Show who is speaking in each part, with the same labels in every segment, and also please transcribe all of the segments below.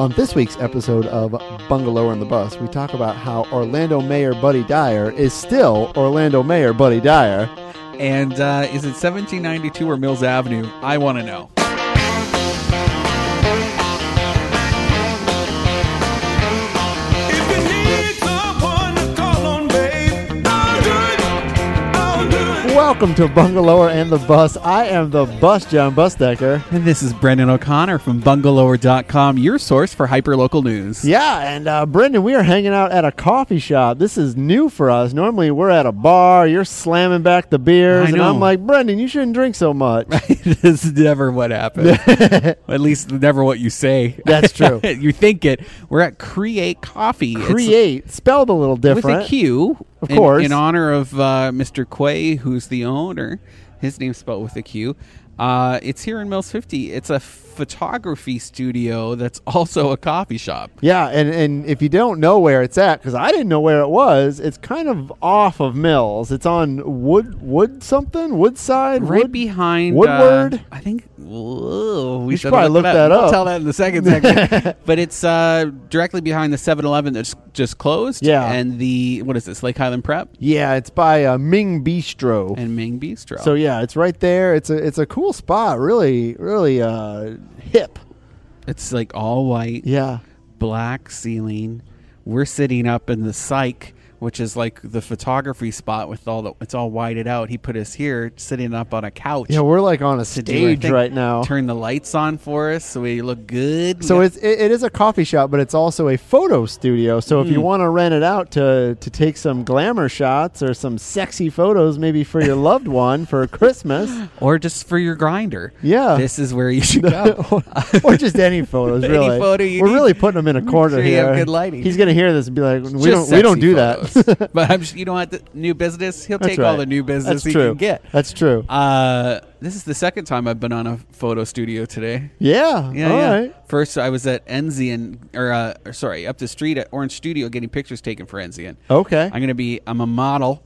Speaker 1: On this week's episode of Bungalow on the Bus, we talk about how Orlando Mayor Buddy Dyer is still Orlando Mayor Buddy Dyer.
Speaker 2: And uh, is it 1792 or Mills Avenue? I want to know.
Speaker 3: If you need someone to call on, babe, I'll do it. I'll do it.
Speaker 1: Welcome to Bungalower and the Bus. I am the bus, John Busdecker.
Speaker 2: And this is Brendan O'Connor from bungalower.com, your source for hyperlocal news.
Speaker 1: Yeah, and uh, Brendan, we are hanging out at a coffee shop. This is new for us. Normally, we're at a bar. You're slamming back the beers,
Speaker 2: I
Speaker 1: and I'm
Speaker 2: know.
Speaker 1: like, Brendan, you shouldn't drink so much.
Speaker 2: this is never what happened. At least never what you say.
Speaker 1: That's true.
Speaker 2: you think it. We're at Create Coffee. It's
Speaker 1: Create spelled a little
Speaker 2: with
Speaker 1: different.
Speaker 2: a Q.
Speaker 1: Of
Speaker 2: in-
Speaker 1: course.
Speaker 2: In, honor of uh, Mr. Quay, who's the owner. His name's spelled with a Q. Uh, it's here in Mills 50. It's a photography studio that's also a coffee shop.
Speaker 1: Yeah, and, and if you don't know where it's at, because I didn't know where it was, it's kind of off of Mills. It's on Wood Wood something Woodside,
Speaker 2: right
Speaker 1: Wood-
Speaker 2: behind
Speaker 1: Woodward.
Speaker 2: Uh, I think. Whoa, we,
Speaker 1: should probably look
Speaker 2: it
Speaker 1: that
Speaker 2: We'll
Speaker 1: up.
Speaker 2: tell that in the second segment. but it's uh, directly behind the 7-Eleven that's just closed.
Speaker 1: Yeah.
Speaker 2: and the what is this Lake Highland Prep
Speaker 1: yeah, it's by uh, Ming Bistro.
Speaker 2: and Ming Bistro.
Speaker 1: so yeah, it's right there. It's a it's a cool spot. Really, really uh, hip.
Speaker 2: it's like all white,
Speaker 1: Yeah.
Speaker 2: black ceiling. We're sitting up in the psych. Which is like the photography spot with all the it's all whited out. He put us here sitting up on a couch.
Speaker 1: Yeah, we're like on a
Speaker 2: to do our
Speaker 1: stage
Speaker 2: thing.
Speaker 1: right now.
Speaker 2: Turn the lights on for us so we look good.
Speaker 1: So
Speaker 2: We got-
Speaker 1: it's, it, it is a coffee shop, but it's also a photo studio. So if you want to rent it out to to take some glamour shots or some sexy photos, maybe for your loved one for Christmas,
Speaker 2: or just for your grinder.
Speaker 1: Yeah.
Speaker 2: this is where you should go.
Speaker 1: or just any photos,
Speaker 2: Any
Speaker 1: really.
Speaker 2: photo you
Speaker 1: We're
Speaker 2: need.
Speaker 1: really putting them in a corner
Speaker 2: sure you
Speaker 1: here.
Speaker 2: have good lighting.
Speaker 1: He's gonna hear this and be like, "We
Speaker 2: Just
Speaker 1: don't, we don't
Speaker 2: sexy
Speaker 1: do
Speaker 2: photos.
Speaker 1: that."
Speaker 2: but I'm, sh- you know what? The new business. He'll
Speaker 1: That's
Speaker 2: take
Speaker 1: right.
Speaker 2: all the new business
Speaker 1: That's
Speaker 2: he
Speaker 1: true.
Speaker 2: can get.
Speaker 1: That's true.
Speaker 2: Uh, this is the second time I've been on a photo studio today.
Speaker 1: yeah.
Speaker 2: Yeah,
Speaker 1: all
Speaker 2: yeah.
Speaker 1: right.
Speaker 2: First, I was at Enzian, or, uh, or sorry, up the street at Orange Studio getting pictures taken for Enzian.
Speaker 1: Okay.
Speaker 2: I'm gonna be. I'm a model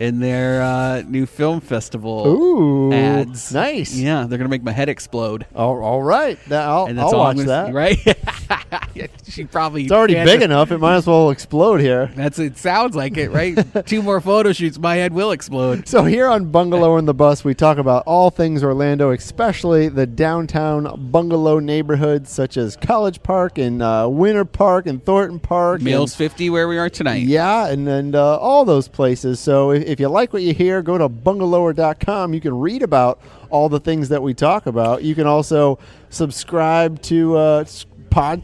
Speaker 2: in their uh, new film festival.
Speaker 1: Ooh,
Speaker 2: ads.
Speaker 1: nice.
Speaker 2: Yeah, they're gonna make my head explode.
Speaker 1: All- all right. Now, I'll,
Speaker 2: And that's
Speaker 1: I'll
Speaker 2: all I'm
Speaker 1: watch that.
Speaker 2: gonna see, right? she probably
Speaker 1: It's already
Speaker 2: can't
Speaker 1: big
Speaker 2: just-
Speaker 1: enough. It might as well explode here.
Speaker 2: That's it. Sounds like it, right? Two more photo shoots, my head will explode.
Speaker 1: So here on Bungalow and the Bus, we talk about all things Orlando, especially the downtown bungalow neighborhoods such as College Park and uh, Winter Park and Thornton Park.
Speaker 2: Mills
Speaker 1: and,
Speaker 2: fifty, where we are tonight.
Speaker 1: yeah, and, and uh, all those places. So if, if you like what you hear, go to bungalower.com. You can read about all the things that we talk about. You can also subscribe to uh, s- podcast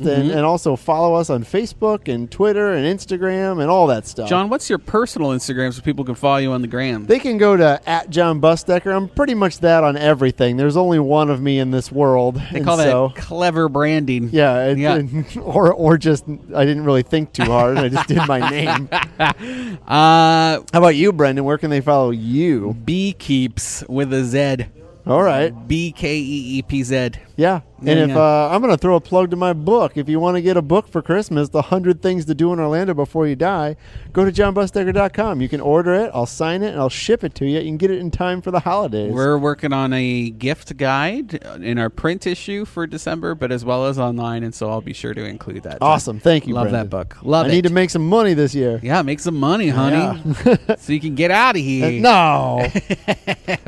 Speaker 2: Mm-hmm.
Speaker 1: and, and also follow us on Facebook and Twitter and Instagram and all that stuff.
Speaker 2: John, what's your personal Instagram so people can follow you on the gram?
Speaker 1: They can go to at John Busdecker. I'm pretty much that on everything. There's only one of me in this world.
Speaker 2: They call that clever branding.
Speaker 1: yeah, it-
Speaker 2: yeah.
Speaker 1: or or just I didn't really think too hard. I just did my name. How
Speaker 2: Uh,
Speaker 1: about you, Brendan? Where can they follow you?
Speaker 2: beekeeps with a Z.
Speaker 1: All right,
Speaker 2: B K E E P Z.
Speaker 1: yeah.
Speaker 2: Yeah,
Speaker 1: And if
Speaker 2: yeah.
Speaker 1: uh, I'm going to throw a plug to my book, if you want to get a book for Christmas, the hundred things to do in Orlando before you die, go to johnbusdecker.com. You can order it. I'll sign it and I'll ship it to you. You can get it in time for the holidays.
Speaker 2: We're working on a gift guide in our print issue for December, but as well as online, and so I'll be sure to include that.
Speaker 1: awesome. Thank you.
Speaker 2: Love
Speaker 1: Brendan.
Speaker 2: that book. Love
Speaker 1: I
Speaker 2: it.
Speaker 1: need to make some money this year.
Speaker 2: yeah, make some money, honey, so you can get out of here.
Speaker 1: No.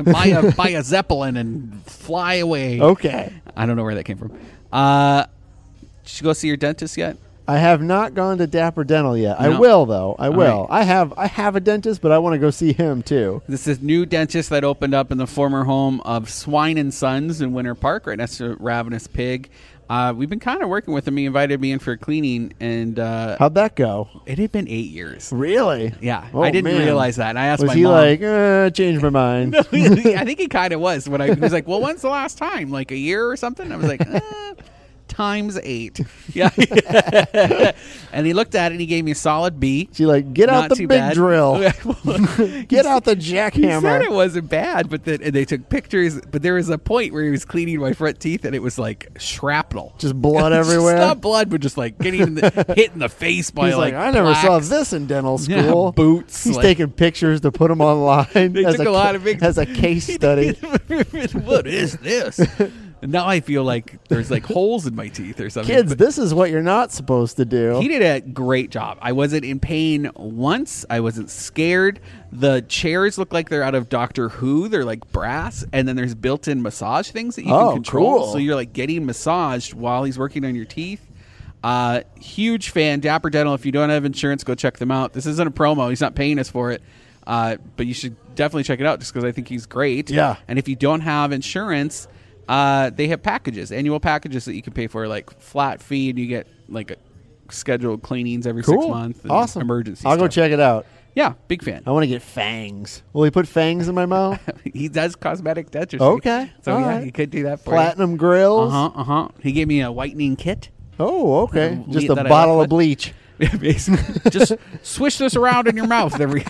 Speaker 2: buy a buy a zeppelin and fly away.
Speaker 1: okay.
Speaker 2: I don't know where that came from. Uh, did you go see your dentist yet?
Speaker 1: I have not gone to Dapper Dental yet. I
Speaker 2: No.
Speaker 1: will though. I
Speaker 2: All
Speaker 1: will.
Speaker 2: right.
Speaker 1: I have I have a dentist, but I want to go see him too.
Speaker 2: This is new dentist that opened up in the former home of Swine and Sons in Winter Park, right next to Ravenous Pig. Uh, we've been kind of working with him. He invited me in for a cleaning, and uh,
Speaker 1: Howed that go?
Speaker 2: it had been eight years.
Speaker 1: Really?
Speaker 2: Yeah,
Speaker 1: Oh,
Speaker 2: I didn't
Speaker 1: man.
Speaker 2: realize that. And I asked
Speaker 1: Was
Speaker 2: my
Speaker 1: he
Speaker 2: mom.
Speaker 1: like, uh, change my mind?
Speaker 2: I think he kind of was when I he was like, "Well, when's the last time? Like a year or something?" I was like, eh, "Times eight. Yeah. and he looked at it and he gave me a solid B.
Speaker 1: She like, get out
Speaker 2: Not
Speaker 1: the
Speaker 2: too
Speaker 1: big
Speaker 2: bad.
Speaker 1: drill.
Speaker 2: Well,
Speaker 1: Get out the
Speaker 2: He said
Speaker 1: jackhammer.
Speaker 2: it wasn't bad, but then and they took pictures. But there was a point where he was cleaning my front teeth, and it was like shrapnel,
Speaker 1: Just blood
Speaker 2: Just
Speaker 1: everywhere.
Speaker 2: not blood, but just like getting in the, hit in the face by
Speaker 1: He's like,
Speaker 2: like,
Speaker 1: I never saw
Speaker 2: plaques."
Speaker 1: this in dental
Speaker 2: Yeah,
Speaker 1: school.
Speaker 2: boots,
Speaker 1: He's
Speaker 2: like-
Speaker 1: taking pictures to put them online.
Speaker 2: They
Speaker 1: as
Speaker 2: took a
Speaker 1: ca-
Speaker 2: lot of big-
Speaker 1: as a case study.
Speaker 2: what is this? now I feel like there's like holes in my teeth or something.
Speaker 1: Kids,
Speaker 2: But
Speaker 1: this is what you're not supposed to do.
Speaker 2: he did a great job. I wasn't in pain once. I wasn't scared. The chairs look like they're out of Doctor Who. They're like brass, and then there's built-in massage things that you
Speaker 1: Oh,
Speaker 2: can control.
Speaker 1: cool.
Speaker 2: So you're like getting massaged while he's working on your teeth. Uh, huge fan, Dapper Dental. If you don't have insurance, go check them out. This isn't a promo. He's not paying us for it, uh, but you should definitely check it out just because I think he's great.
Speaker 1: Yeah.
Speaker 2: And if you don't have insurance, uh, they have packages, annual packages that you can pay for, like flat fee, and you get like a scheduled cleanings every
Speaker 1: cool.
Speaker 2: six months. and
Speaker 1: awesome.
Speaker 2: Emergency.
Speaker 1: I'll go
Speaker 2: stuff.
Speaker 1: check Oh. it out.
Speaker 2: Yeah, big fan.
Speaker 1: I want to get fangs. Will he put fangs in my mouth?
Speaker 2: He does cosmetic dentistry.
Speaker 1: Okay,
Speaker 2: So
Speaker 1: all
Speaker 2: yeah,
Speaker 1: right.
Speaker 2: he could do that for
Speaker 1: Platinum
Speaker 2: you. Uh
Speaker 1: grills.
Speaker 2: huh. Uh huh. He gave me a whitening kit.
Speaker 1: Oh, okay.
Speaker 2: Um,
Speaker 1: Just
Speaker 2: we-
Speaker 1: a
Speaker 2: that I
Speaker 1: bottle
Speaker 2: left
Speaker 1: of
Speaker 2: with-
Speaker 1: bleach.
Speaker 2: Basically, just swish this around in your mouth every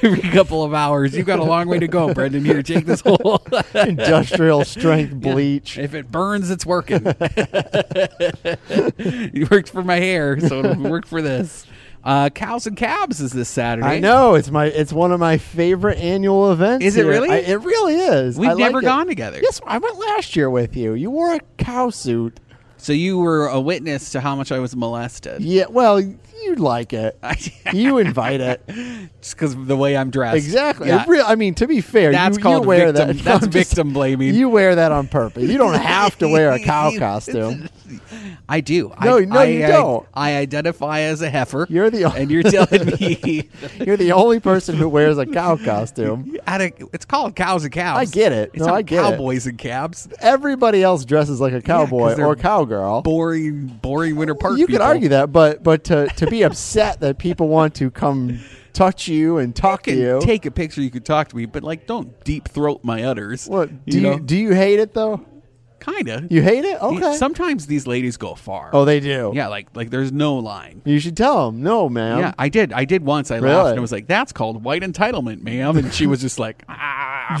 Speaker 2: every couple of hours. You've got a long way to go, Brendan. Here, take this whole.
Speaker 1: Industrial strength bleach.
Speaker 2: If it burns, it's working. it worked for my hair, so it worked for this. Uh, Cows and Cabs is this Saturday.
Speaker 1: I know it's my it's one of my favorite annual events.
Speaker 2: Is it
Speaker 1: here.
Speaker 2: really?
Speaker 1: I- it really is.
Speaker 2: We've
Speaker 1: I like
Speaker 2: never
Speaker 1: it.
Speaker 2: gone together.
Speaker 1: Yes, I went last year with you. You wore a cow suit.
Speaker 2: So you were a witness to how much I was molested.
Speaker 1: Yeah, well, you like it. you invite it
Speaker 2: Just because of the way I'm dressed.
Speaker 1: exactly.
Speaker 2: Yeah.
Speaker 1: It real- I mean, to be fair,
Speaker 2: That's
Speaker 1: you,
Speaker 2: called
Speaker 1: you wear
Speaker 2: victim-
Speaker 1: that.
Speaker 2: that's
Speaker 1: I'm just-
Speaker 2: victim blaming.
Speaker 1: You wear that on purpose. You don't have to wear a cow costume.
Speaker 2: I do.
Speaker 1: No,
Speaker 2: I,
Speaker 1: no,
Speaker 2: I,
Speaker 1: you
Speaker 2: I-
Speaker 1: don't.
Speaker 2: I identify as a heifer.
Speaker 1: You're the o-
Speaker 2: and you're telling me
Speaker 1: You're the only person who wears a cow costume.
Speaker 2: at a, it's called cows and cows.
Speaker 1: I get it.
Speaker 2: It's
Speaker 1: No,
Speaker 2: not
Speaker 1: I get it.
Speaker 2: cowboys and cabs.
Speaker 1: Everybody else dresses like a cowboy
Speaker 2: they're
Speaker 1: or cowgirl.
Speaker 2: Boring, boring winter park.
Speaker 1: you could
Speaker 2: people.
Speaker 1: argue that, but but to to be upset that people want to come touch you and talk
Speaker 2: can
Speaker 1: to you.
Speaker 2: take a picture. You could talk to me, but like, don't deep throat my udders.
Speaker 1: what do
Speaker 2: you
Speaker 1: you,
Speaker 2: know?
Speaker 1: do you hate it though?
Speaker 2: Kind of.
Speaker 1: You hate it? Okay.
Speaker 2: Sometimes these ladies go far.
Speaker 1: oh, they do.
Speaker 2: yeah. Like, like there's no line.
Speaker 1: You should tell them. No, ma'am.
Speaker 2: yeah, I did. I did once. I laughed
Speaker 1: Really?
Speaker 2: and I was like, "That's called white entitlement, ma'am." And she was just like, "Ah."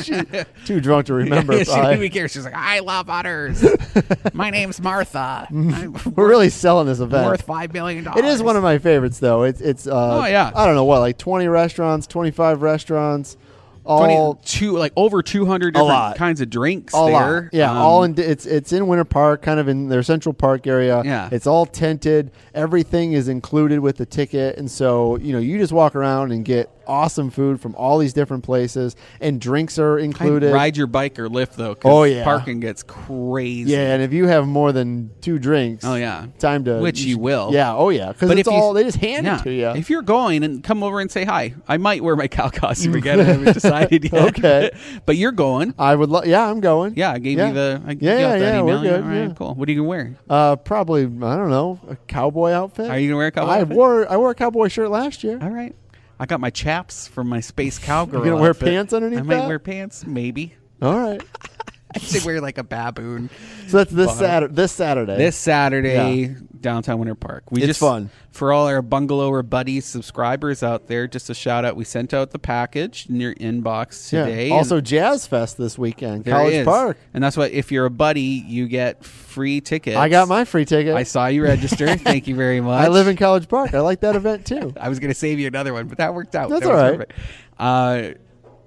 Speaker 1: she, too drunk to remember.
Speaker 2: she didn't
Speaker 1: probably.
Speaker 2: even care. She was like, "I love udders. My name's Martha. I'm
Speaker 1: We're really selling this event.
Speaker 2: worth five million dollars."
Speaker 1: it is one of my favorites, though. It's it's. Uh,
Speaker 2: Oh, yeah.
Speaker 1: I don't know what, like twenty restaurants, twenty five restaurants, all
Speaker 2: 22 like over two hundred different
Speaker 1: lot.
Speaker 2: kinds of drinks
Speaker 1: all
Speaker 2: there.
Speaker 1: out. Yeah,
Speaker 2: Um,
Speaker 1: all in. It's it's in Winter Park, kind of in their Central Park area.
Speaker 2: Yeah.
Speaker 1: it's all tented. Everything is included with the ticket, and so you know you just walk around and get awesome food from all these different places, and drinks are
Speaker 2: I'd
Speaker 1: included.
Speaker 2: Ride your bike or lift though. 'cause
Speaker 1: Oh, yeah.
Speaker 2: parking gets crazy.
Speaker 1: Yeah, and if you have more than two drinks,
Speaker 2: Oh, yeah.
Speaker 1: time to
Speaker 2: Which you
Speaker 1: should-
Speaker 2: will.
Speaker 1: Yeah, oh yeah, because it's
Speaker 2: you-
Speaker 1: all they just hand
Speaker 2: yeah.
Speaker 1: it to you.
Speaker 2: If you're going and come over and say hi, I might wear my cow costume again. I haven't decided yet.
Speaker 1: Okay.
Speaker 2: but you're going.
Speaker 1: I would. Lo- yeah, I'm going.
Speaker 2: Yeah, I gave
Speaker 1: yeah.
Speaker 2: you the. I
Speaker 1: yeah, yeah,
Speaker 2: got that
Speaker 1: yeah.
Speaker 2: email.
Speaker 1: We're good.
Speaker 2: All right,
Speaker 1: yeah.
Speaker 2: cool. What are you gonna wear?
Speaker 1: Uh, probably I don't know a cowboy outfit.
Speaker 2: Are you gonna wear a cowboy
Speaker 1: I
Speaker 2: outfit?
Speaker 1: wore I wore a cowboy shirt last year.
Speaker 2: All right, I got my chaps from my space cowgirl.
Speaker 1: You gonna wear
Speaker 2: outfit.
Speaker 1: pants underneath
Speaker 2: I might
Speaker 1: that?
Speaker 2: wear pants, maybe.
Speaker 1: All right.
Speaker 2: I should wear like a baboon.
Speaker 1: So that's this Saturday. This Saturday.
Speaker 2: This Saturday,
Speaker 1: Yeah.
Speaker 2: downtown Winter Park. We
Speaker 1: It's
Speaker 2: just
Speaker 1: fun.
Speaker 2: for all our bungalower buddies subscribers out there. Just a shout out. We sent out the package in your inbox
Speaker 1: Yeah.
Speaker 2: today. and-
Speaker 1: Also, Jazz Fest this weekend,
Speaker 2: There
Speaker 1: College
Speaker 2: is.
Speaker 1: Park.
Speaker 2: And that's why if you're a buddy, you get free tickets.
Speaker 1: I got my free ticket.
Speaker 2: I saw you register. Thank you very much.
Speaker 1: I live in College Park. I like that event too.
Speaker 2: I was going to save you another one, but that worked out.
Speaker 1: That's
Speaker 2: That was
Speaker 1: all right.
Speaker 2: perfect. Uh,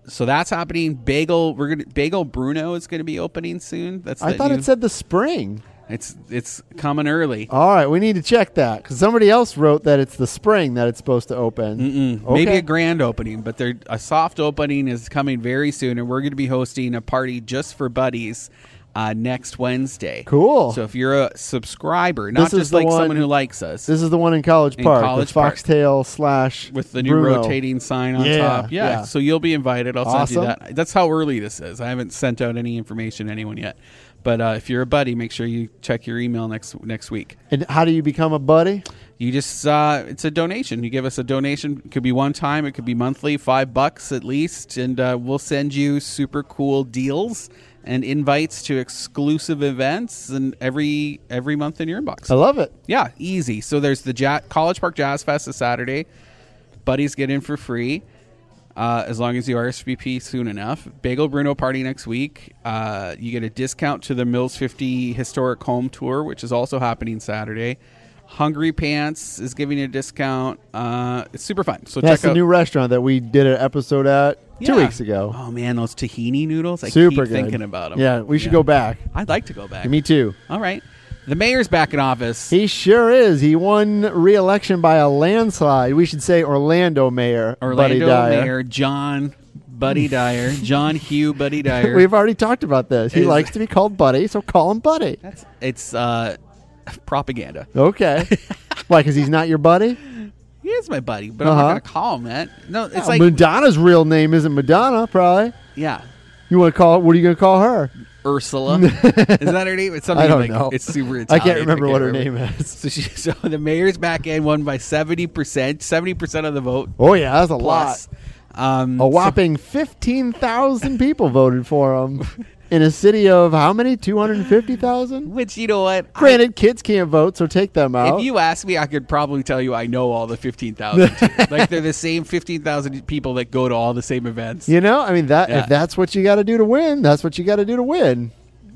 Speaker 2: so that's happening. Bagel, we're gonna Bagel Bruno is going to be opening soon. That's
Speaker 1: I
Speaker 2: that
Speaker 1: thought
Speaker 2: new-
Speaker 1: it said the spring.
Speaker 2: it's it's coming early.
Speaker 1: All right, we need to check that because somebody else wrote that it's the spring that it's supposed to open. Mm-mm.
Speaker 2: Maybe a grand opening, but there a soft opening is coming very soon, and we're going to be hosting a party just for buddies uh, next Wednesday.
Speaker 1: Cool.
Speaker 2: So if you're a subscriber, not
Speaker 1: This is
Speaker 2: just
Speaker 1: the
Speaker 2: like
Speaker 1: one-
Speaker 2: someone who likes us,
Speaker 1: This is the one in College
Speaker 2: In
Speaker 1: Park,
Speaker 2: College
Speaker 1: the
Speaker 2: Park.
Speaker 1: Foxtail slash
Speaker 2: with the new
Speaker 1: Bruno.
Speaker 2: rotating sign on
Speaker 1: Yeah,
Speaker 2: top. Yeah,
Speaker 1: yeah.
Speaker 2: So you'll be invited. I'll send
Speaker 1: Awesome.
Speaker 2: you that. That's how early this is. I haven't sent out any information to anyone yet. But uh, if you're a buddy, make sure you check your email next next week.
Speaker 1: And how do you become a buddy?
Speaker 2: You just uh, it's a donation. You give us a donation. It could be one time. It could be monthly, five bucks at least, and uh, we'll send you super cool deals and invites to exclusive events and every every month in your inbox.
Speaker 1: I love it.
Speaker 2: Yeah, easy. So there's the ja- College Park Jazz Fest this Saturday. Buddies get in for free uh, as long as you RSVP soon enough. Bagel Bruno party next week. Uh, you get a discount to the Mills 50 Historic Home Tour, which is also happening Saturday. Hungry Pants is giving you a discount. Uh, it's super fun. So
Speaker 1: That's
Speaker 2: check
Speaker 1: the
Speaker 2: out
Speaker 1: new restaurant that we did an episode at two
Speaker 2: Yeah.
Speaker 1: weeks ago.
Speaker 2: Oh man, those tahini noodles! I
Speaker 1: Super
Speaker 2: keep
Speaker 1: good.
Speaker 2: thinking about them.
Speaker 1: Yeah, we should go back.
Speaker 2: I'd like to go back.
Speaker 1: Me too.
Speaker 2: All right, the mayor's back in office.
Speaker 1: He sure is. He won re-election by a landslide. We should say Orlando mayor, Buddy
Speaker 2: Orlando
Speaker 1: Dyer.
Speaker 2: Mayor John Buddy Dyer, John Hugh Buddy Dyer.
Speaker 1: We've already talked about this. He
Speaker 2: Is-
Speaker 1: likes to be called Buddy, so call him Buddy.
Speaker 2: That's it's uh, propaganda.
Speaker 1: Okay. Why? Because he's not your buddy.
Speaker 2: He is my buddy, but I'm
Speaker 1: Uh-huh.
Speaker 2: not gonna call him that. No, it's
Speaker 1: Yeah,
Speaker 2: like
Speaker 1: Oh, Madonna's real name isn't Madonna, probably.
Speaker 2: yeah,
Speaker 1: You want to call? What are you going to call her?
Speaker 2: Ursula. is that her name? It's something
Speaker 1: I don't
Speaker 2: like,
Speaker 1: know.
Speaker 2: It's super. Italian.
Speaker 1: I can't remember what her
Speaker 2: remember.
Speaker 1: name is.
Speaker 2: So, she, so the mayor's back end won by seventy percent, seventy percent of the vote.
Speaker 1: Oh yeah, that's a
Speaker 2: Plus,
Speaker 1: lot.
Speaker 2: um,
Speaker 1: A whopping fifteen thousand people voted for him in a city of how many? Two hundred fifty thousand.
Speaker 2: which you know what? I-
Speaker 1: Granted, kids can't vote, so take them out.
Speaker 2: If you asked me, I could probably tell you I know all the 15,000. like they're the same 15,000 people that go to all the same events.
Speaker 1: You know, I mean that
Speaker 2: Yeah.
Speaker 1: if that's what you got to do to win, that's what you got to do to win.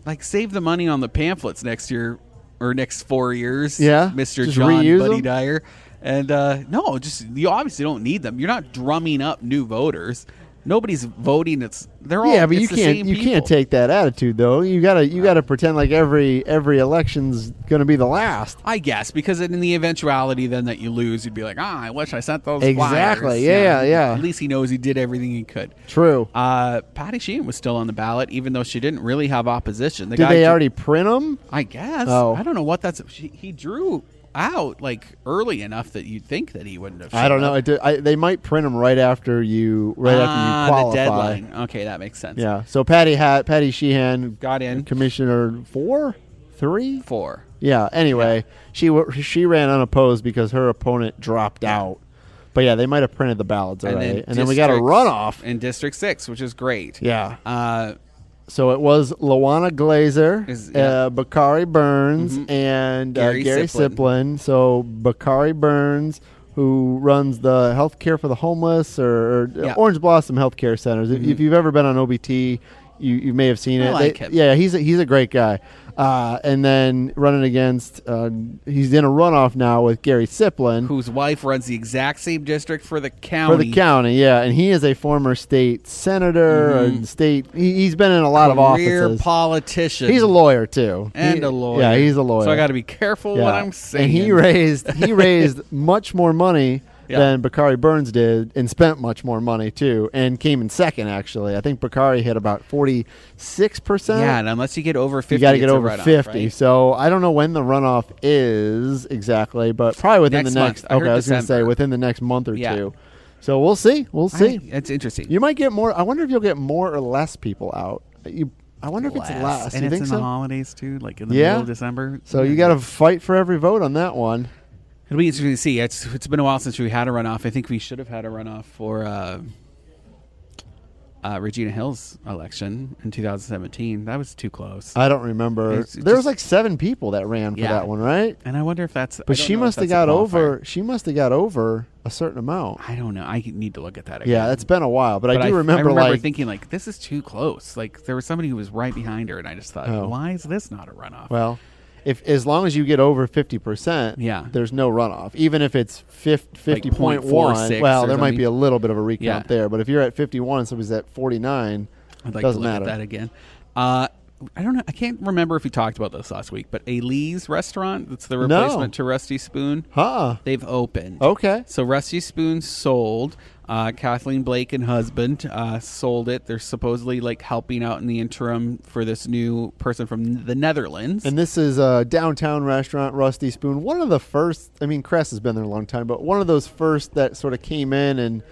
Speaker 2: Like save the money on the pamphlets next year or next four years.
Speaker 1: Yeah,
Speaker 2: Mr.
Speaker 1: just
Speaker 2: John
Speaker 1: reuse
Speaker 2: Buddy
Speaker 1: them.
Speaker 2: Dyer. And uh, no, just you obviously don't need them. You're not drumming up new voters. Nobody's voting. It's they're all
Speaker 1: yeah, but
Speaker 2: it's
Speaker 1: you
Speaker 2: the
Speaker 1: can't
Speaker 2: same
Speaker 1: you
Speaker 2: people.
Speaker 1: can't take that attitude though. You gotta you gotta pretend like every every election's gonna be the last.
Speaker 2: I guess because in the eventuality then that you lose, you'd be like, ah, I wish I sent those.
Speaker 1: Exactly.
Speaker 2: flyers."
Speaker 1: Yeah, yeah.
Speaker 2: At least he knows he did everything he could.
Speaker 1: True.
Speaker 2: Uh, Patty Sheehan was still on the ballot, even though she didn't really have opposition. The
Speaker 1: Did
Speaker 2: guy
Speaker 1: they
Speaker 2: ju-
Speaker 1: already print them?
Speaker 2: I guess.
Speaker 1: Oh.
Speaker 2: I don't know what that's. She, he drew out like early enough that you'd think that he wouldn't have.
Speaker 1: I don't
Speaker 2: showed
Speaker 1: know.
Speaker 2: up.
Speaker 1: It did, I, they might print them right after you right
Speaker 2: Ah,
Speaker 1: after you
Speaker 2: the
Speaker 1: qualify.
Speaker 2: deadline. Okay, that makes sense.
Speaker 1: Yeah. So Patty had Patty Sheehan
Speaker 2: Got in.
Speaker 1: commissioner four, three.
Speaker 2: Four.
Speaker 1: Yeah. Anyway, she wa- she ran unopposed because her opponent dropped out. But yeah, they might have printed the ballots already, and then, we got a
Speaker 2: districts-
Speaker 1: runoff.
Speaker 2: in District Six, which is great.
Speaker 1: Yeah.
Speaker 2: Uh,
Speaker 1: So it was Lawana Glazer,
Speaker 2: Is- yeah. Mm-hmm.
Speaker 1: uh, Bakari Burns, and uh,
Speaker 2: Gary
Speaker 1: Gary,
Speaker 2: Siplin.
Speaker 1: Siplin. So Bakari Burns, who runs the healthcare for the homeless or, or
Speaker 2: Yeah. Mm-hmm.
Speaker 1: Orange Blossom Healthcare Centers. If, if you've ever been on OBT, you, you may have seen
Speaker 2: I
Speaker 1: it.
Speaker 2: like him.
Speaker 1: Yeah, he's a, he's a great guy. Uh, and then running against, uh, he's in a runoff now with Gary Siplin
Speaker 2: whose wife runs the exact same district for the county.
Speaker 1: for the county. Yeah, and he is a former state senator and state. He, he's been in a lot
Speaker 2: Mm-hmm. Career
Speaker 1: of offices.
Speaker 2: politician.
Speaker 1: He's a lawyer too,
Speaker 2: and
Speaker 1: He-
Speaker 2: a lawyer.
Speaker 1: Yeah, he's a lawyer.
Speaker 2: So I got to be careful
Speaker 1: Yeah.
Speaker 2: what I'm saying.
Speaker 1: And he raised he raised much more money
Speaker 2: Yeah.
Speaker 1: than Bakari Burns did, and spent much more money too, and came in second actually. I think Bakari hit about forty six percent.
Speaker 2: Yeah, and unless you get over fifty,
Speaker 1: You got to
Speaker 2: it's
Speaker 1: get
Speaker 2: a
Speaker 1: over
Speaker 2: write-off,
Speaker 1: fifty,
Speaker 2: right?
Speaker 1: so I don't know when the runoff is exactly, but probably within
Speaker 2: Next
Speaker 1: the
Speaker 2: month.
Speaker 1: next.
Speaker 2: I heard
Speaker 1: Okay, I was going to say
Speaker 2: December.
Speaker 1: within the next month or
Speaker 2: Yeah.
Speaker 1: two. So we'll see. We'll see.
Speaker 2: I- it's interesting.
Speaker 1: you might get more. I wonder if you'll get more or less people out. You, I wonder if it's less.
Speaker 2: and
Speaker 1: you
Speaker 2: it's
Speaker 1: think
Speaker 2: in
Speaker 1: so?
Speaker 2: the holidays too, like in the
Speaker 1: Yeah.
Speaker 2: middle of December.
Speaker 1: So you got to fight for every vote on that one.
Speaker 2: It'll be interesting to see. It's it's been a while since we had a runoff. I think we should have had a runoff for uh, uh, Regina Hill's election in 2017. That was too close.
Speaker 1: I don't remember.
Speaker 2: It's- it's
Speaker 1: there
Speaker 2: just-
Speaker 1: was like seven people that ran for
Speaker 2: Yeah.
Speaker 1: that one, right?
Speaker 2: and I wonder if that's. I
Speaker 1: But
Speaker 2: don't
Speaker 1: she
Speaker 2: know if
Speaker 1: must have
Speaker 2: that's a
Speaker 1: got
Speaker 2: qualifier.
Speaker 1: over. She must have got over a certain amount.
Speaker 2: I don't know. I need to look at that. Again.
Speaker 1: Yeah, that's been a while, but,
Speaker 2: But
Speaker 1: I do remember, like
Speaker 2: thinking like this is too close. Like there was somebody who was right behind her, and I just thought,
Speaker 1: Oh.
Speaker 2: why is this not a runoff?
Speaker 1: well, if as long as you get over fifty percent,
Speaker 2: Yeah.
Speaker 1: there's no runoff. Even if it's fifty point one,
Speaker 2: 0.46
Speaker 1: well,
Speaker 2: or
Speaker 1: there might
Speaker 2: something.
Speaker 1: be a little bit of a recount
Speaker 2: Yeah.
Speaker 1: there. But if you're at fifty one, somebody's at forty nine,
Speaker 2: I'd like
Speaker 1: doesn't
Speaker 2: to look
Speaker 1: matter.
Speaker 2: at that again. Uh, I don't know. I can't remember if we talked about this last week, but a Lee's restaurant that's the replacement to Rusty Spoon.
Speaker 1: Huh?
Speaker 2: They've opened.
Speaker 1: Okay.
Speaker 2: So Rusty Spoon sold. Uh, Kathleen Blake and husband uh, sold it. They're supposedly like helping out in the interim for this new person from the Netherlands.
Speaker 1: And this is a downtown restaurant, Rusty Spoon. One of the first, I mean, Crest has been there a long time, but one of those first that sort of came in and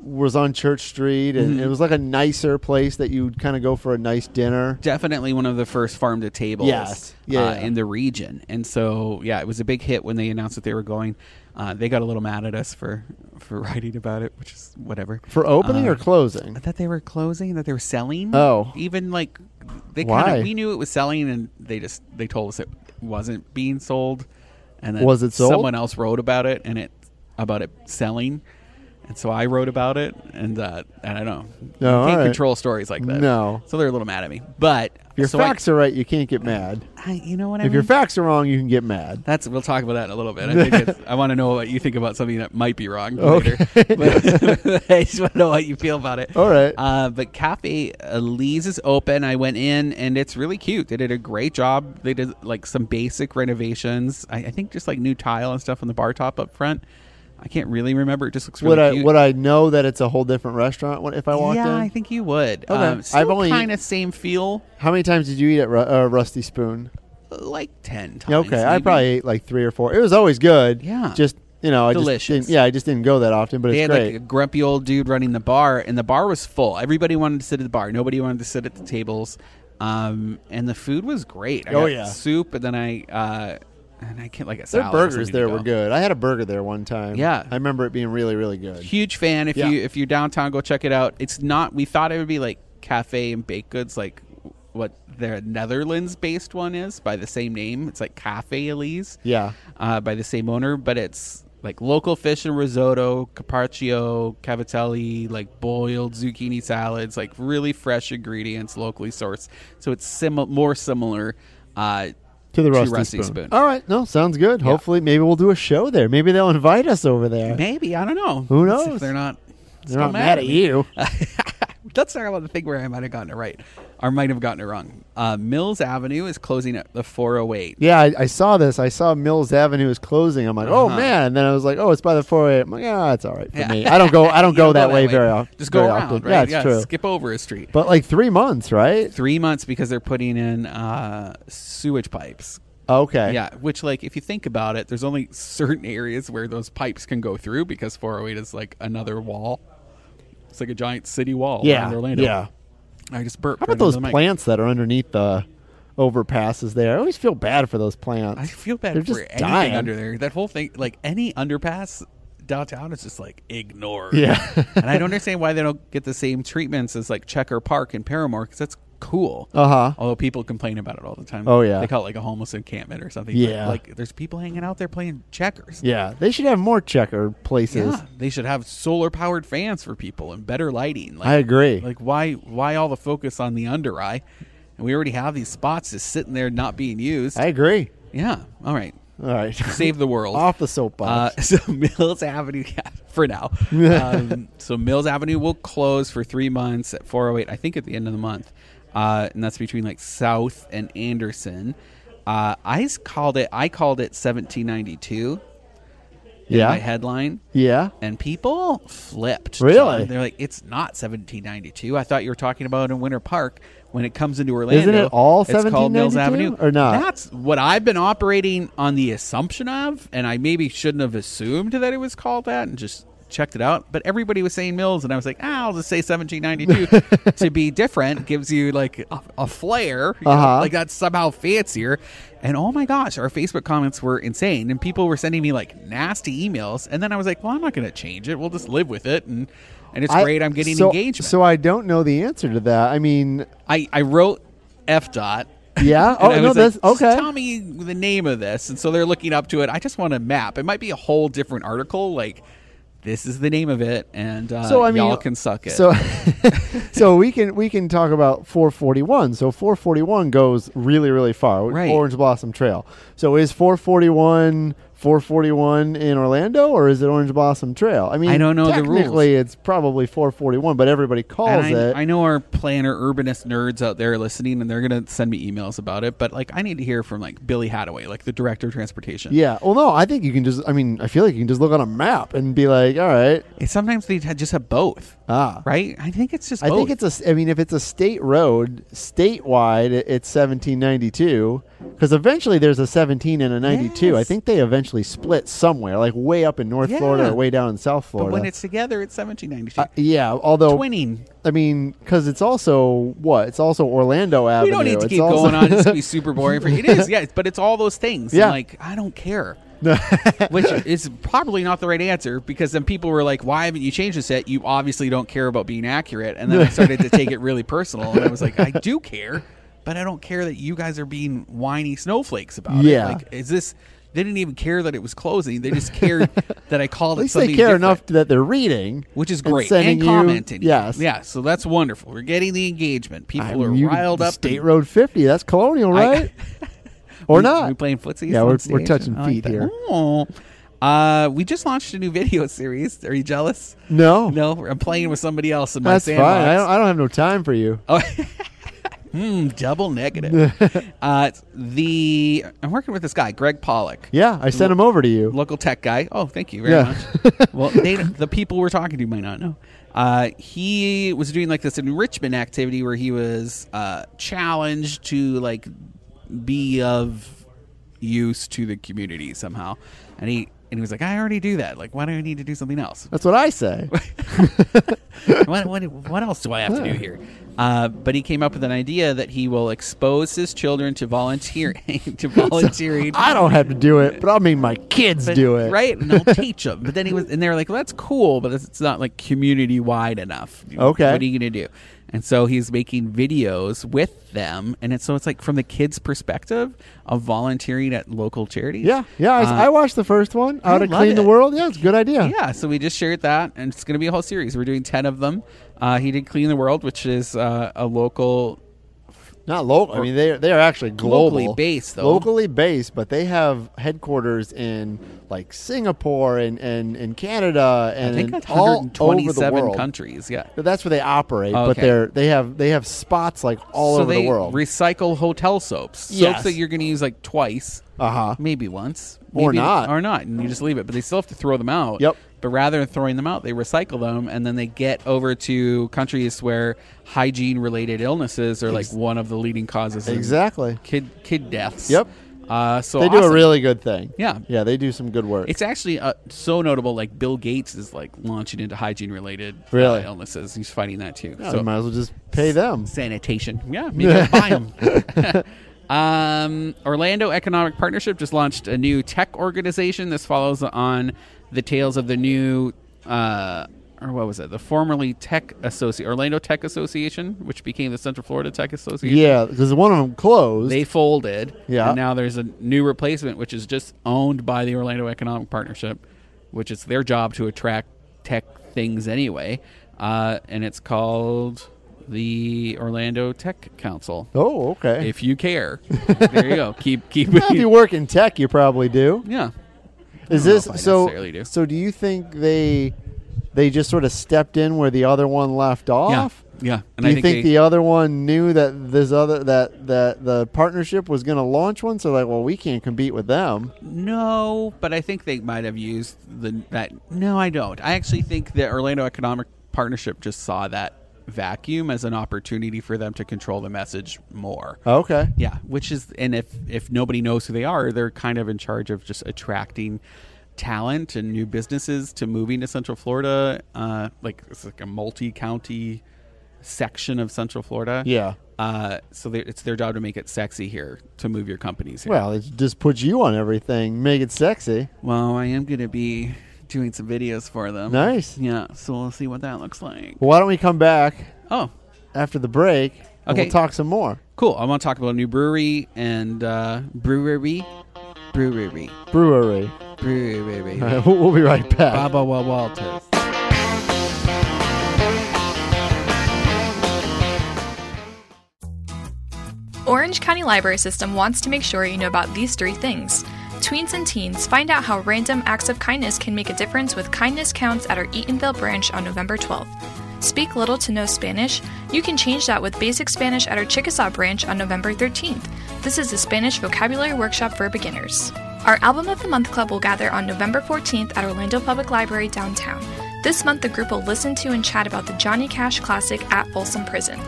Speaker 1: was on Church Street. And
Speaker 2: Mm-hmm.
Speaker 1: it was like a nicer place that you'd kind of go for a nice dinner.
Speaker 2: definitely one of the first farm to tables
Speaker 1: Yes. Yeah,
Speaker 2: uh,
Speaker 1: yeah.
Speaker 2: in the region. And so, yeah, it was a big hit when they announced that they were going. Uh, they got a little mad at us for, for writing about it, which is whatever.
Speaker 1: For opening
Speaker 2: Uh,
Speaker 1: or closing?
Speaker 2: That they were closing, that they were selling.
Speaker 1: Oh.
Speaker 2: Even like, they kind
Speaker 1: Why?
Speaker 2: of, we knew it was selling and they just, they told us it wasn't being sold. And then
Speaker 1: Was it sold?
Speaker 2: Someone else wrote about it and it, about it selling. And so I wrote about it, and uh, I don't
Speaker 1: No,
Speaker 2: know. you can't
Speaker 1: all right.
Speaker 2: control stories like that.
Speaker 1: No.
Speaker 2: so they're a little mad at me. But
Speaker 1: If your
Speaker 2: so I-
Speaker 1: facts are right, you can't get mad.
Speaker 2: I, you know what I
Speaker 1: If your
Speaker 2: mean?
Speaker 1: facts are wrong, you can get mad.
Speaker 2: That's we'll talk about that in a little bit. I think it's, I want to know what you think about something that might be wrong later. But I just want to know what you feel about it.
Speaker 1: All right.
Speaker 2: Uh, but Cafe Elise is open. I went in and it's really cute. They did a great job. They did like some basic renovations. I, I think just like new tile and stuff on the bar top up front. I can't really remember. It just looks really
Speaker 1: would I
Speaker 2: cute.
Speaker 1: would I know that it's a whole different restaurant when- if I walked
Speaker 2: yeah,
Speaker 1: in?
Speaker 2: I think you would.
Speaker 1: Okay.
Speaker 2: Um, still
Speaker 1: I've only-
Speaker 2: kind of same feel,
Speaker 1: How many times did you eat at Ru- uh, Rusty Spoon?
Speaker 2: like ten times.
Speaker 1: Yeah, okay, I
Speaker 2: maybe.
Speaker 1: probably ate like three or four. It was always good.
Speaker 2: Yeah.
Speaker 1: just you know, I just
Speaker 2: Delicious.
Speaker 1: didn't, yeah, I just didn't go that often, but
Speaker 2: They
Speaker 1: it's
Speaker 2: had
Speaker 1: great.
Speaker 2: like a grumpy old dude running the bar, and the bar was full. Everybody wanted to sit at the bar. Nobody wanted to sit at the tables. Um, and the food was great. I
Speaker 1: Oh,
Speaker 2: got
Speaker 1: yeah.
Speaker 2: soup, and then I uh, and I can't like a
Speaker 1: Their
Speaker 2: salad or
Speaker 1: burgers
Speaker 2: something
Speaker 1: there
Speaker 2: to
Speaker 1: were
Speaker 2: go.
Speaker 1: good. I had a burger there one time.
Speaker 2: Yeah.
Speaker 1: I remember it being really really good.
Speaker 2: Huge fan. If
Speaker 1: Yeah.
Speaker 2: you if you're downtown, go check it out. It's not. We thought it would be like cafe and baked goods, like what their Netherlands based one is by the same name. It's like Cafe Elise.
Speaker 1: Yeah,
Speaker 2: uh, by the same owner, but it's like local fish and risotto, carpaccio, cavatelli, like boiled zucchini salads, like really fresh ingredients, locally sourced. So it's simi- more similar. Uh,
Speaker 1: to the
Speaker 2: To
Speaker 1: Rusty,
Speaker 2: Rusty
Speaker 1: Spoon. Oh.
Speaker 2: Spoon.
Speaker 1: All right, no, sounds good. Hopefully, maybe we'll do a show there. Maybe they'll invite us over there.
Speaker 2: maybe I don't know.
Speaker 1: Who
Speaker 2: Let's see
Speaker 1: knows?
Speaker 2: If they're not.
Speaker 1: They're not mad at you.
Speaker 2: Let's talk about the thing where I might have gotten it right, or might have gotten it wrong. Uh, Mills Avenue is closing at the 408.
Speaker 1: Yeah, I, I saw this. I saw Mills Avenue is closing. I'm like, oh man. And then I was like, oh, it's by the 408. I'm like, ah, it's all right for
Speaker 2: Uh-huh. Yeah.
Speaker 1: me. I don't go. I don't
Speaker 2: You
Speaker 1: go that, way, very often.
Speaker 2: Just go
Speaker 1: very
Speaker 2: around,
Speaker 1: often.
Speaker 2: right?
Speaker 1: Yeah, it's true.
Speaker 2: Skip over a street.
Speaker 1: But like three months, right?
Speaker 2: three months because they're putting in uh, sewage pipes.
Speaker 1: Okay.
Speaker 2: Yeah, which like if you think about it, there's only certain areas where those pipes can go through because 408 is like another wall. It's like a giant city wall.
Speaker 1: Yeah.
Speaker 2: around Orlando.
Speaker 1: Yeah.
Speaker 2: I just burped.
Speaker 1: How
Speaker 2: right
Speaker 1: about those
Speaker 2: into the mic.
Speaker 1: plants that are underneath the overpasses there? I always feel bad for those plants.
Speaker 2: I feel bad
Speaker 1: They're
Speaker 2: for
Speaker 1: just
Speaker 2: anything
Speaker 1: dying.
Speaker 2: under there. That whole thing, like any underpass downtown, is just like ignored.
Speaker 1: Yeah.
Speaker 2: and I don't understand why they don't get the same treatments as like Checker Park and Paramore because that's cool.
Speaker 1: Uh-huh.
Speaker 2: Although people complain about it all the time.
Speaker 1: Oh, yeah.
Speaker 2: They call it like a homeless encampment or something.
Speaker 1: Yeah.
Speaker 2: But, like there's people hanging out there playing checkers.
Speaker 1: Yeah, they should have more checker places.
Speaker 2: Yeah, they should have solar powered fans for people and better lighting. Like,
Speaker 1: I agree.
Speaker 2: Like why why all the focus on the under eye? And we already have these spots just sitting there not being used.
Speaker 1: I agree.
Speaker 2: yeah. All right.
Speaker 1: All right.
Speaker 2: Save the world.
Speaker 1: Off the soapbox.
Speaker 2: Uh, so Mills Avenue, yeah, for now. Um, so Mills Avenue will close for three months at 408, I think at the end of the month. Uh, and that's between like South and Anderson. Uh, I s- called it, I called it 1792, my
Speaker 1: yeah.
Speaker 2: headline.
Speaker 1: Yeah.
Speaker 2: And people flipped.
Speaker 1: Really?
Speaker 2: John. They're like, it's not 1792. I thought you were talking about in Winter Park. When it comes into Orlando,
Speaker 1: it all
Speaker 2: it's called Mills
Speaker 1: 1792
Speaker 2: Avenue
Speaker 1: or not?
Speaker 2: That's what I've been operating on the assumption of, and I maybe shouldn't have assumed that it was called that, and just checked it out. But everybody was saying Mills, and I was like, ah, I'll just say 1792 to be different. Gives you like a, a flair, you know,
Speaker 1: Uh-huh.
Speaker 2: like that's somehow fancier. And oh my gosh, our Facebook comments were insane, and people were sending me like nasty emails. And then I was like, well, I'm not going to change it. We'll just live with it, and and it's
Speaker 1: I-
Speaker 2: great. I'm getting
Speaker 1: so,
Speaker 2: engagement.
Speaker 1: So I don't know the answer to that. I mean,
Speaker 2: I, I wrote F dot.
Speaker 1: Yeah?
Speaker 2: And
Speaker 1: Oh,
Speaker 2: I
Speaker 1: no,
Speaker 2: was
Speaker 1: that's-
Speaker 2: like, "Just
Speaker 1: okay.
Speaker 2: Tell me the name of this, and so they're looking up to it. I just want a map. It might be a whole different article. Like this is the name of it, and uh,
Speaker 1: so I mean,
Speaker 2: y'all can suck it.
Speaker 1: So, so we can we can talk about 441. So 441 goes really really far.
Speaker 2: Right.
Speaker 1: Orange Blossom Trail. So is 441 441 in Orlando or is it Orange Blossom Trail? I mean,
Speaker 2: I don't know the rules.
Speaker 1: Technically, it's probably 441, but everybody calls
Speaker 2: and I,
Speaker 1: it.
Speaker 2: I know our planner urbanist nerds out there are listening, and they're gonna send me emails about it. But like, I need to hear from like Billy Hadaway, like the director of transportation.
Speaker 1: yeah. Well, no, I think you can just. I mean, I feel like you can just look on a map and be like, all right,
Speaker 2: And sometimes they just have both,
Speaker 1: ah,
Speaker 2: right? I think it's just.
Speaker 1: I
Speaker 2: both.
Speaker 1: think it's a. s- I mean, if it's a state road, statewide, it- it's 1792. Because eventually, there's a 17 and a 92. I
Speaker 2: Yes.
Speaker 1: think they eventually split somewhere, like way up in North
Speaker 2: Yeah.
Speaker 1: Florida or way down in South
Speaker 2: But
Speaker 1: Florida.
Speaker 2: when it's together, it's seventeen ninety two.
Speaker 1: Uh, yeah, although
Speaker 2: Twinning.
Speaker 1: I mean, because it's also what? It's also Orlando Avenue.
Speaker 2: We don't need to
Speaker 1: It's
Speaker 2: keep
Speaker 1: also-
Speaker 2: going on. It's gonna be super boring for you. It is, yeah, but it's all those things.
Speaker 1: Yeah.
Speaker 2: Yeah. like I don't care. Which is probably not the right answer because then people were like, "Why haven't you changed this yet? You obviously don't care about being accurate." And then I started to take it really personal, and I was like, "I do care, but I don't care that you guys are being whiny snowflakes about
Speaker 1: Yeah.
Speaker 2: it. Like, is this They didn't even care that it was closing. They just cared that I called
Speaker 1: At
Speaker 2: it
Speaker 1: least
Speaker 2: something
Speaker 1: they care
Speaker 2: different,
Speaker 1: enough that they're reading,
Speaker 2: which is
Speaker 1: and
Speaker 2: great,
Speaker 1: sending
Speaker 2: and commenting.
Speaker 1: You, yes,
Speaker 2: yeah. So that's wonderful. We're getting the engagement. People
Speaker 1: I
Speaker 2: are
Speaker 1: mean, you-
Speaker 2: riled up.
Speaker 1: State
Speaker 2: and-
Speaker 1: Road 50. That's Colonial,
Speaker 2: I-
Speaker 1: right? or
Speaker 2: we,
Speaker 1: not?
Speaker 2: We playing footsie.
Speaker 1: Yeah,
Speaker 2: on
Speaker 1: we're- we're
Speaker 2: stage?
Speaker 1: touching
Speaker 2: I like
Speaker 1: feet
Speaker 2: that.
Speaker 1: here.
Speaker 2: Oh. Uh, we just launched a new video series. Are you jealous?
Speaker 1: no,
Speaker 2: No, I'm playing with somebody else in my
Speaker 1: that's fine.
Speaker 2: sandbox.
Speaker 1: I don't, I don't have no time for you.
Speaker 2: Oh, hmm, double negative. uh, it's the I'm working with this guy, Greg Pollock,
Speaker 1: Yeah, I sent him over to you.
Speaker 2: local tech guy. Oh, thank you very
Speaker 1: Yeah.
Speaker 2: much. well, they, the people we're talking to might not know. Uh, he was doing like this enrichment activity where he was uh, challenged to like be of use to the community somehow, and he and he was like, I already do that. Like, why do I need to do something else?
Speaker 1: That's what I say.
Speaker 2: what, what, what else do I have to do here? Uh, but he came up with an idea that he will expose his children to volunteering, to volunteering.
Speaker 1: I don't have to do it, but I'll make my kids
Speaker 2: but-
Speaker 1: do it.
Speaker 2: right, and they'll teach them. But then he was, and they were like, "Well, that's cool, but it's not like community wide enough."
Speaker 1: Okay.
Speaker 2: what are you gonna do? And so he's making videos with them, and it's, so it's like from the kids' perspective of volunteering at local charities.
Speaker 1: Yeah, yeah. I,
Speaker 2: Uh,
Speaker 1: I watched the first one. How
Speaker 2: I
Speaker 1: to
Speaker 2: love
Speaker 1: clean the
Speaker 2: it.
Speaker 1: world? Yeah, it's a good idea.
Speaker 2: yeah so we just shared that and it's going to be a whole series we're doing 10 of them uh, he did clean the world which is uh, a local
Speaker 1: Not local. I mean, they they are actually global.
Speaker 2: Locally based, though.
Speaker 1: Locally based, but they have headquarters in like Singapore and and, and Canada and
Speaker 2: i think
Speaker 1: in
Speaker 2: that's
Speaker 1: all over the
Speaker 2: 127
Speaker 1: world.
Speaker 2: countries yeah
Speaker 1: But that's where they operate. But
Speaker 2: Okay.
Speaker 1: they're they have they have spots like all
Speaker 2: so
Speaker 1: over
Speaker 2: they
Speaker 1: the world.
Speaker 2: recycle hotel soaps
Speaker 1: Yes.
Speaker 2: soaps that you're going to use like twice
Speaker 1: uh huh.
Speaker 2: maybe once
Speaker 1: Or
Speaker 2: maybe-
Speaker 1: not.
Speaker 2: or not and you just leave it but they still have to throw them out
Speaker 1: Yep.
Speaker 2: but rather than throwing them out they recycle them and then they get over to countries where hygiene related illnesses are like one of the leading causes of
Speaker 1: Exactly.
Speaker 2: kid kid deaths
Speaker 1: Yep.
Speaker 2: uh, so
Speaker 1: They do a
Speaker 2: awesome.
Speaker 1: really good thing.
Speaker 2: Yeah.
Speaker 1: Yeah, they do some good work.
Speaker 2: It's actually uh, so notable. Like Bill Gates is like launching into hygiene related
Speaker 1: Really?
Speaker 2: illnesses. He's fighting that too.
Speaker 1: yeah,
Speaker 2: so
Speaker 1: we might as well just pay them.
Speaker 2: sanitation. Yeah, maybe I'll buy 'em. um, Orlando Economic Partnership just launched a new tech organization. This follows on the tails of the new. Uh, or what was it? The formerly Tech Associate Orlando Tech Association, which became the Central Florida Tech Association.
Speaker 1: Yeah, because one of them closed.
Speaker 2: They folded.
Speaker 1: Yeah.
Speaker 2: And now there's a new replacement, which is just owned by the Orlando Economic Partnership, which is their job to attract tech things anyway. Uh, and it's called the Orlando Tech Council.
Speaker 1: oh, okay.
Speaker 2: If you care, there you go. Keep keep.
Speaker 1: Yeah, if you work in tech, you probably do.
Speaker 2: yeah.
Speaker 1: Is
Speaker 2: don't know
Speaker 1: this
Speaker 2: if I
Speaker 1: so?
Speaker 2: necessarily do.
Speaker 1: So do you think they they just sort of stepped in where the other one left
Speaker 2: Yeah.
Speaker 1: off?
Speaker 2: Yeah. And
Speaker 1: Do you think,
Speaker 2: they-
Speaker 1: the other one knew that this other that that the partnership was going to launch one? So like, well, we can't compete with them.
Speaker 2: No, but I think they might have used the that. No, I don't. I actually think the Orlando Economic Partnership just saw that vacuum as an opportunity for them to control the message more.
Speaker 1: Okay.
Speaker 2: Yeah, which is and if if nobody knows who they are, they're kind of in charge of just attracting talent and new businesses to moving to Central Florida. Uh, like it's like a multi-county section of Central Florida.
Speaker 1: Yeah.
Speaker 2: Uh, so they, it's their job to make it sexy here to move your companies here.
Speaker 1: Well, it just puts you on everything, make it sexy.
Speaker 2: Well, I am going to be doing some videos for them.
Speaker 1: Nice.
Speaker 2: Yeah, so we'll see what that looks like.
Speaker 1: Well, why don't we come back
Speaker 2: Oh,
Speaker 1: after the break? And
Speaker 2: Okay.
Speaker 1: We'll talk some more
Speaker 2: cool. I want to talk about a new brewery and uh, brewery, brewery,
Speaker 1: brewery.
Speaker 2: brewery.
Speaker 1: All right, we'll, we'll be right back.
Speaker 2: Baba Wa Walters.
Speaker 4: Orange County Library System wants to make sure you know about these three things. Tweens and teens, find out how random acts of kindness can make a difference with kindness counts at our Eatonville branch on November 12th. Speak little to no Spanish? You can change that with basic Spanish at our Chickasaw branch on November 13th. This is a Spanish vocabulary workshop for beginners. Our Album of the Month Club will gather on November 14th at Orlando Public Library downtown. This month, the group will listen to and chat about the Johnny Cash classic at Folsom Prison.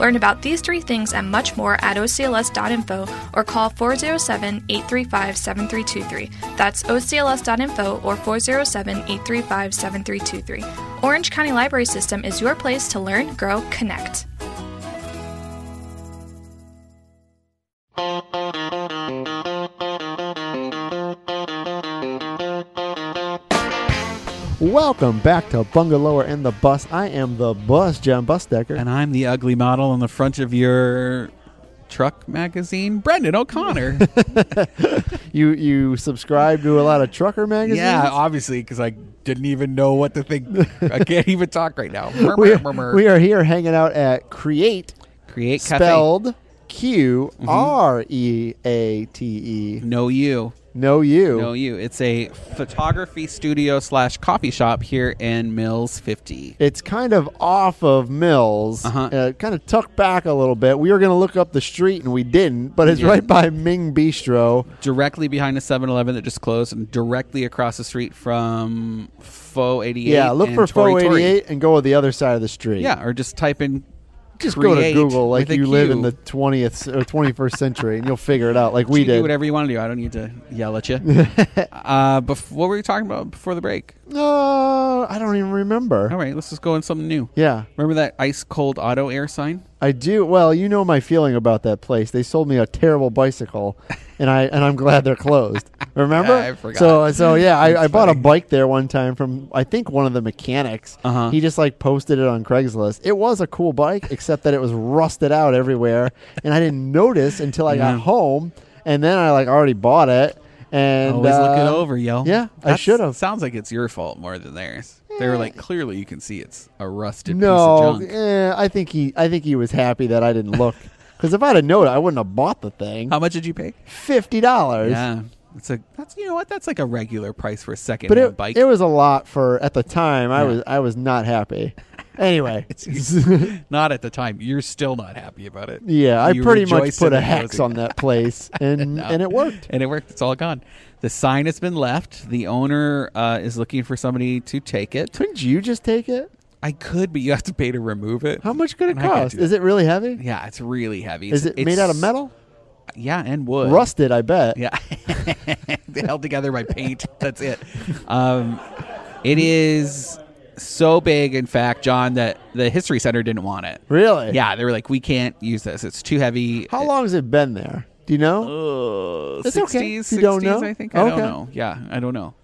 Speaker 4: Learn about these three things and much more at ocls.info or call 407 835 7323. That's ocls.info or 407 835 7323. Orange County Library System is your place to learn, grow, connect.
Speaker 1: Welcome back to Bungalower and the Bus. I am the Bus, John Busdecker.
Speaker 2: And I'm the ugly model on the front of your truck magazine, Brendan O'Connor.
Speaker 1: You you subscribe to a lot of trucker magazines.
Speaker 2: Yeah, obviously, because I didn't even know what to think. I can't even talk right now.
Speaker 1: we, are- we are here hanging out at Create,
Speaker 2: Create Cafe. Mm-hmm.
Speaker 1: spelled Q R E A T E.
Speaker 2: No, you.
Speaker 1: No you.
Speaker 2: No, you. It's a photography studio slash coffee shop here in Mills 50.
Speaker 1: It's kind of off of Mills,
Speaker 2: Uh-huh.
Speaker 1: uh, kind of tucked back a little bit. We were going to look up the street and we didn't, but it's
Speaker 2: Yeah.
Speaker 1: right by Ming Bistro.
Speaker 2: Directly behind the 7 Eleven that just closed, and directly across the street from Faux 88.
Speaker 1: Yeah, look
Speaker 2: and
Speaker 1: for
Speaker 2: Tori
Speaker 1: Faux
Speaker 2: Tori.
Speaker 1: 88 and go to the other side of the street.
Speaker 2: Yeah, or just type in.
Speaker 1: Just go to
Speaker 2: create
Speaker 1: Google like
Speaker 2: with a
Speaker 1: you live in
Speaker 2: Q.
Speaker 1: the 20th or 21st century and you'll figure it out like
Speaker 2: You
Speaker 1: we
Speaker 2: can do
Speaker 1: did.
Speaker 2: whatever you want to do. I don't need to yell at you. uh, bef- what were we talking about before the break?
Speaker 1: Uh, I don't even remember.
Speaker 2: All right, let's just go on something new.
Speaker 1: Yeah,
Speaker 2: Remember that ice cold auto air sign?
Speaker 1: I do. Well, you know my feeling about that place. They sold me a terrible bicycle, and I and I'm glad they're closed. Remember?
Speaker 2: I forgot.
Speaker 1: So so yeah, I, I bought a
Speaker 2: funny.
Speaker 1: bike there one time from I think one of the mechanics.
Speaker 2: Uh-huh.
Speaker 1: He just like posted it on Craigslist. It was a cool bike, except that it was rusted out everywhere, and I didn't notice until I
Speaker 2: Yeah.
Speaker 1: got home, and then I like already bought it. And
Speaker 2: Always look it
Speaker 1: uh,
Speaker 2: over, yo.
Speaker 1: yeah, I should've.
Speaker 2: Sounds like it's your fault more than theirs. They were like, clearly you can see it's a rusted
Speaker 1: No,
Speaker 2: piece of junk.
Speaker 1: eh, I think he I think he was happy that I didn't look. Because if I'd have known, I wouldn't have bought the thing.
Speaker 2: How much did you pay?
Speaker 1: Fifty dollars.
Speaker 2: Yeah, it's a that's you know what that's like a regular price for a second
Speaker 1: but it,
Speaker 2: bike.
Speaker 1: it was a lot for at the time. I
Speaker 2: Yeah.
Speaker 1: was I was not happy. Anyway,
Speaker 2: not at the time. You're still not happy about it.
Speaker 1: yeah, I
Speaker 2: You
Speaker 1: pretty much
Speaker 2: rejoice in
Speaker 1: put a
Speaker 2: the
Speaker 1: hex
Speaker 2: closing.
Speaker 1: on that place, and and it worked.
Speaker 2: and it worked. It's all gone. The sign has been left. The owner uh, is looking for somebody to take it.
Speaker 1: Couldn't you just take it?
Speaker 2: I could, but you have to pay to remove it.
Speaker 1: How much could it
Speaker 2: And I can't
Speaker 1: cost?
Speaker 2: do that.
Speaker 1: Is it really heavy?
Speaker 2: Yeah, it's really heavy.
Speaker 1: Is
Speaker 2: It's-
Speaker 1: it made out of
Speaker 2: it's-
Speaker 1: metal?
Speaker 2: Yeah, and wood.
Speaker 1: Rusted, I bet.
Speaker 2: Yeah, held together by paint. That's it. Um, it is so big, in fact, John, that the History Center didn't want it.
Speaker 1: Really?
Speaker 2: Yeah, they were like, we can't use this. It's too heavy.
Speaker 1: How long has it been there? Do you know?
Speaker 2: Uh,
Speaker 1: It's
Speaker 2: 60s,
Speaker 1: okay if you don't
Speaker 2: 60s,
Speaker 1: know.
Speaker 2: I think. I don't
Speaker 1: Okay.
Speaker 2: know. Yeah, I don't know.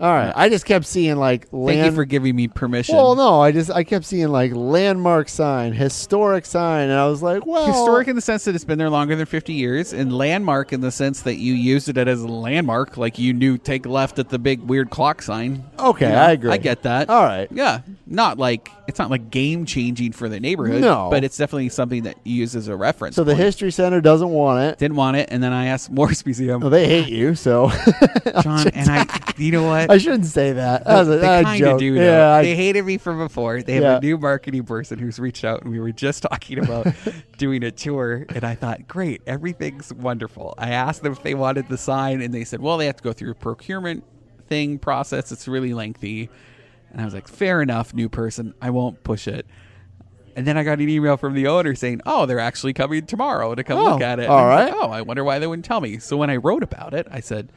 Speaker 1: All right. I just kept seeing like
Speaker 2: Thank
Speaker 1: land.
Speaker 2: you for giving me permission.
Speaker 1: well, no, I just I kept seeing like landmark sign, historic sign, and I was like, well,
Speaker 2: Historic in the sense that it's been there longer than 50 years, and landmark in the sense that you used it as a landmark, like you knew take left at the big weird clock sign.
Speaker 1: Okay,
Speaker 2: You know,
Speaker 1: I agree.
Speaker 2: I get that.
Speaker 1: All right.
Speaker 2: Yeah. Not like, it's not like game changing for the neighborhood.
Speaker 1: No.
Speaker 2: But it's definitely something that you use as a reference.
Speaker 1: So the
Speaker 2: point.
Speaker 1: history center doesn't want it.
Speaker 2: Didn't want it, and then I asked Morse Museum,
Speaker 1: Well, they hate you, so
Speaker 2: John, and I, you know what?
Speaker 1: I shouldn't say that. That was a,
Speaker 2: they
Speaker 1: that was a
Speaker 2: kind of
Speaker 1: joke.
Speaker 2: do. Though.
Speaker 1: Yeah, I-
Speaker 2: they hated me from before. They have
Speaker 1: Yeah.
Speaker 2: a new marketing person who's reached out, and we were just talking about doing a tour. And I thought, great, everything's wonderful. I asked them if they wanted the sign, and they said, well, they have to go through a procurement thing process. It's really lengthy. And I was like, fair enough, new person. I won't push it. And then I got an email from the owner saying, "Oh, they're actually coming tomorrow to come
Speaker 1: Oh,
Speaker 2: look at it." And
Speaker 1: all
Speaker 2: I was
Speaker 1: right.
Speaker 2: like, oh, I wonder why they wouldn't tell me. So when I wrote about it, I said,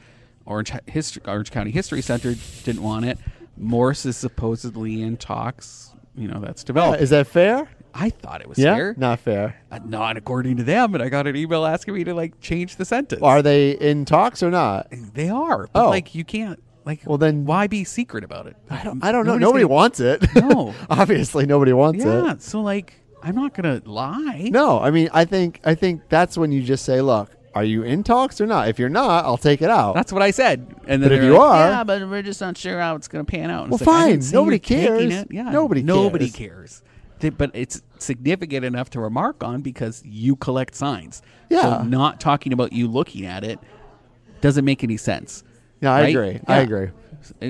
Speaker 2: Orange History, Orange County History Center didn't want it. Morse is supposedly in talks. You know, that's developed.
Speaker 1: Oh, Is that fair?
Speaker 2: I thought it was
Speaker 1: Yeah,
Speaker 2: fair,
Speaker 1: not fair.
Speaker 2: Uh, not according to them. And I got an email asking me to like change the sentence.
Speaker 1: Are they in talks or not?
Speaker 2: they are? But
Speaker 1: Oh.
Speaker 2: like you can't. Like,
Speaker 1: Well, then-
Speaker 2: why be secret about it? I
Speaker 1: I don't know. Nobody wants it.
Speaker 2: No.
Speaker 1: obviously nobody wants
Speaker 2: Yeah,
Speaker 1: it.
Speaker 2: so like, I'm not gonna lie.
Speaker 1: No, I mean, I think I think that's when you just say, "Look, are you in talks or not? If you're not, I'll take it out."
Speaker 2: That's what I said. And then
Speaker 1: But if
Speaker 2: they're
Speaker 1: you
Speaker 2: like,
Speaker 1: are-
Speaker 2: yeah, but we're just not sure how it's going to pan out. And
Speaker 1: Well,
Speaker 2: it's like, I didn't
Speaker 1: fine.
Speaker 2: see you
Speaker 1: Nobody
Speaker 2: taking
Speaker 1: cares.
Speaker 2: it. Yeah,
Speaker 1: Nobody
Speaker 2: nobody
Speaker 1: cares.
Speaker 2: cares. Th- But it's significant enough to remark on because you collect signs.
Speaker 1: Yeah.
Speaker 2: so not talking about you looking at it doesn't make any sense.
Speaker 1: yeah, I
Speaker 2: right?
Speaker 1: agree. I
Speaker 2: Yeah.
Speaker 1: agree.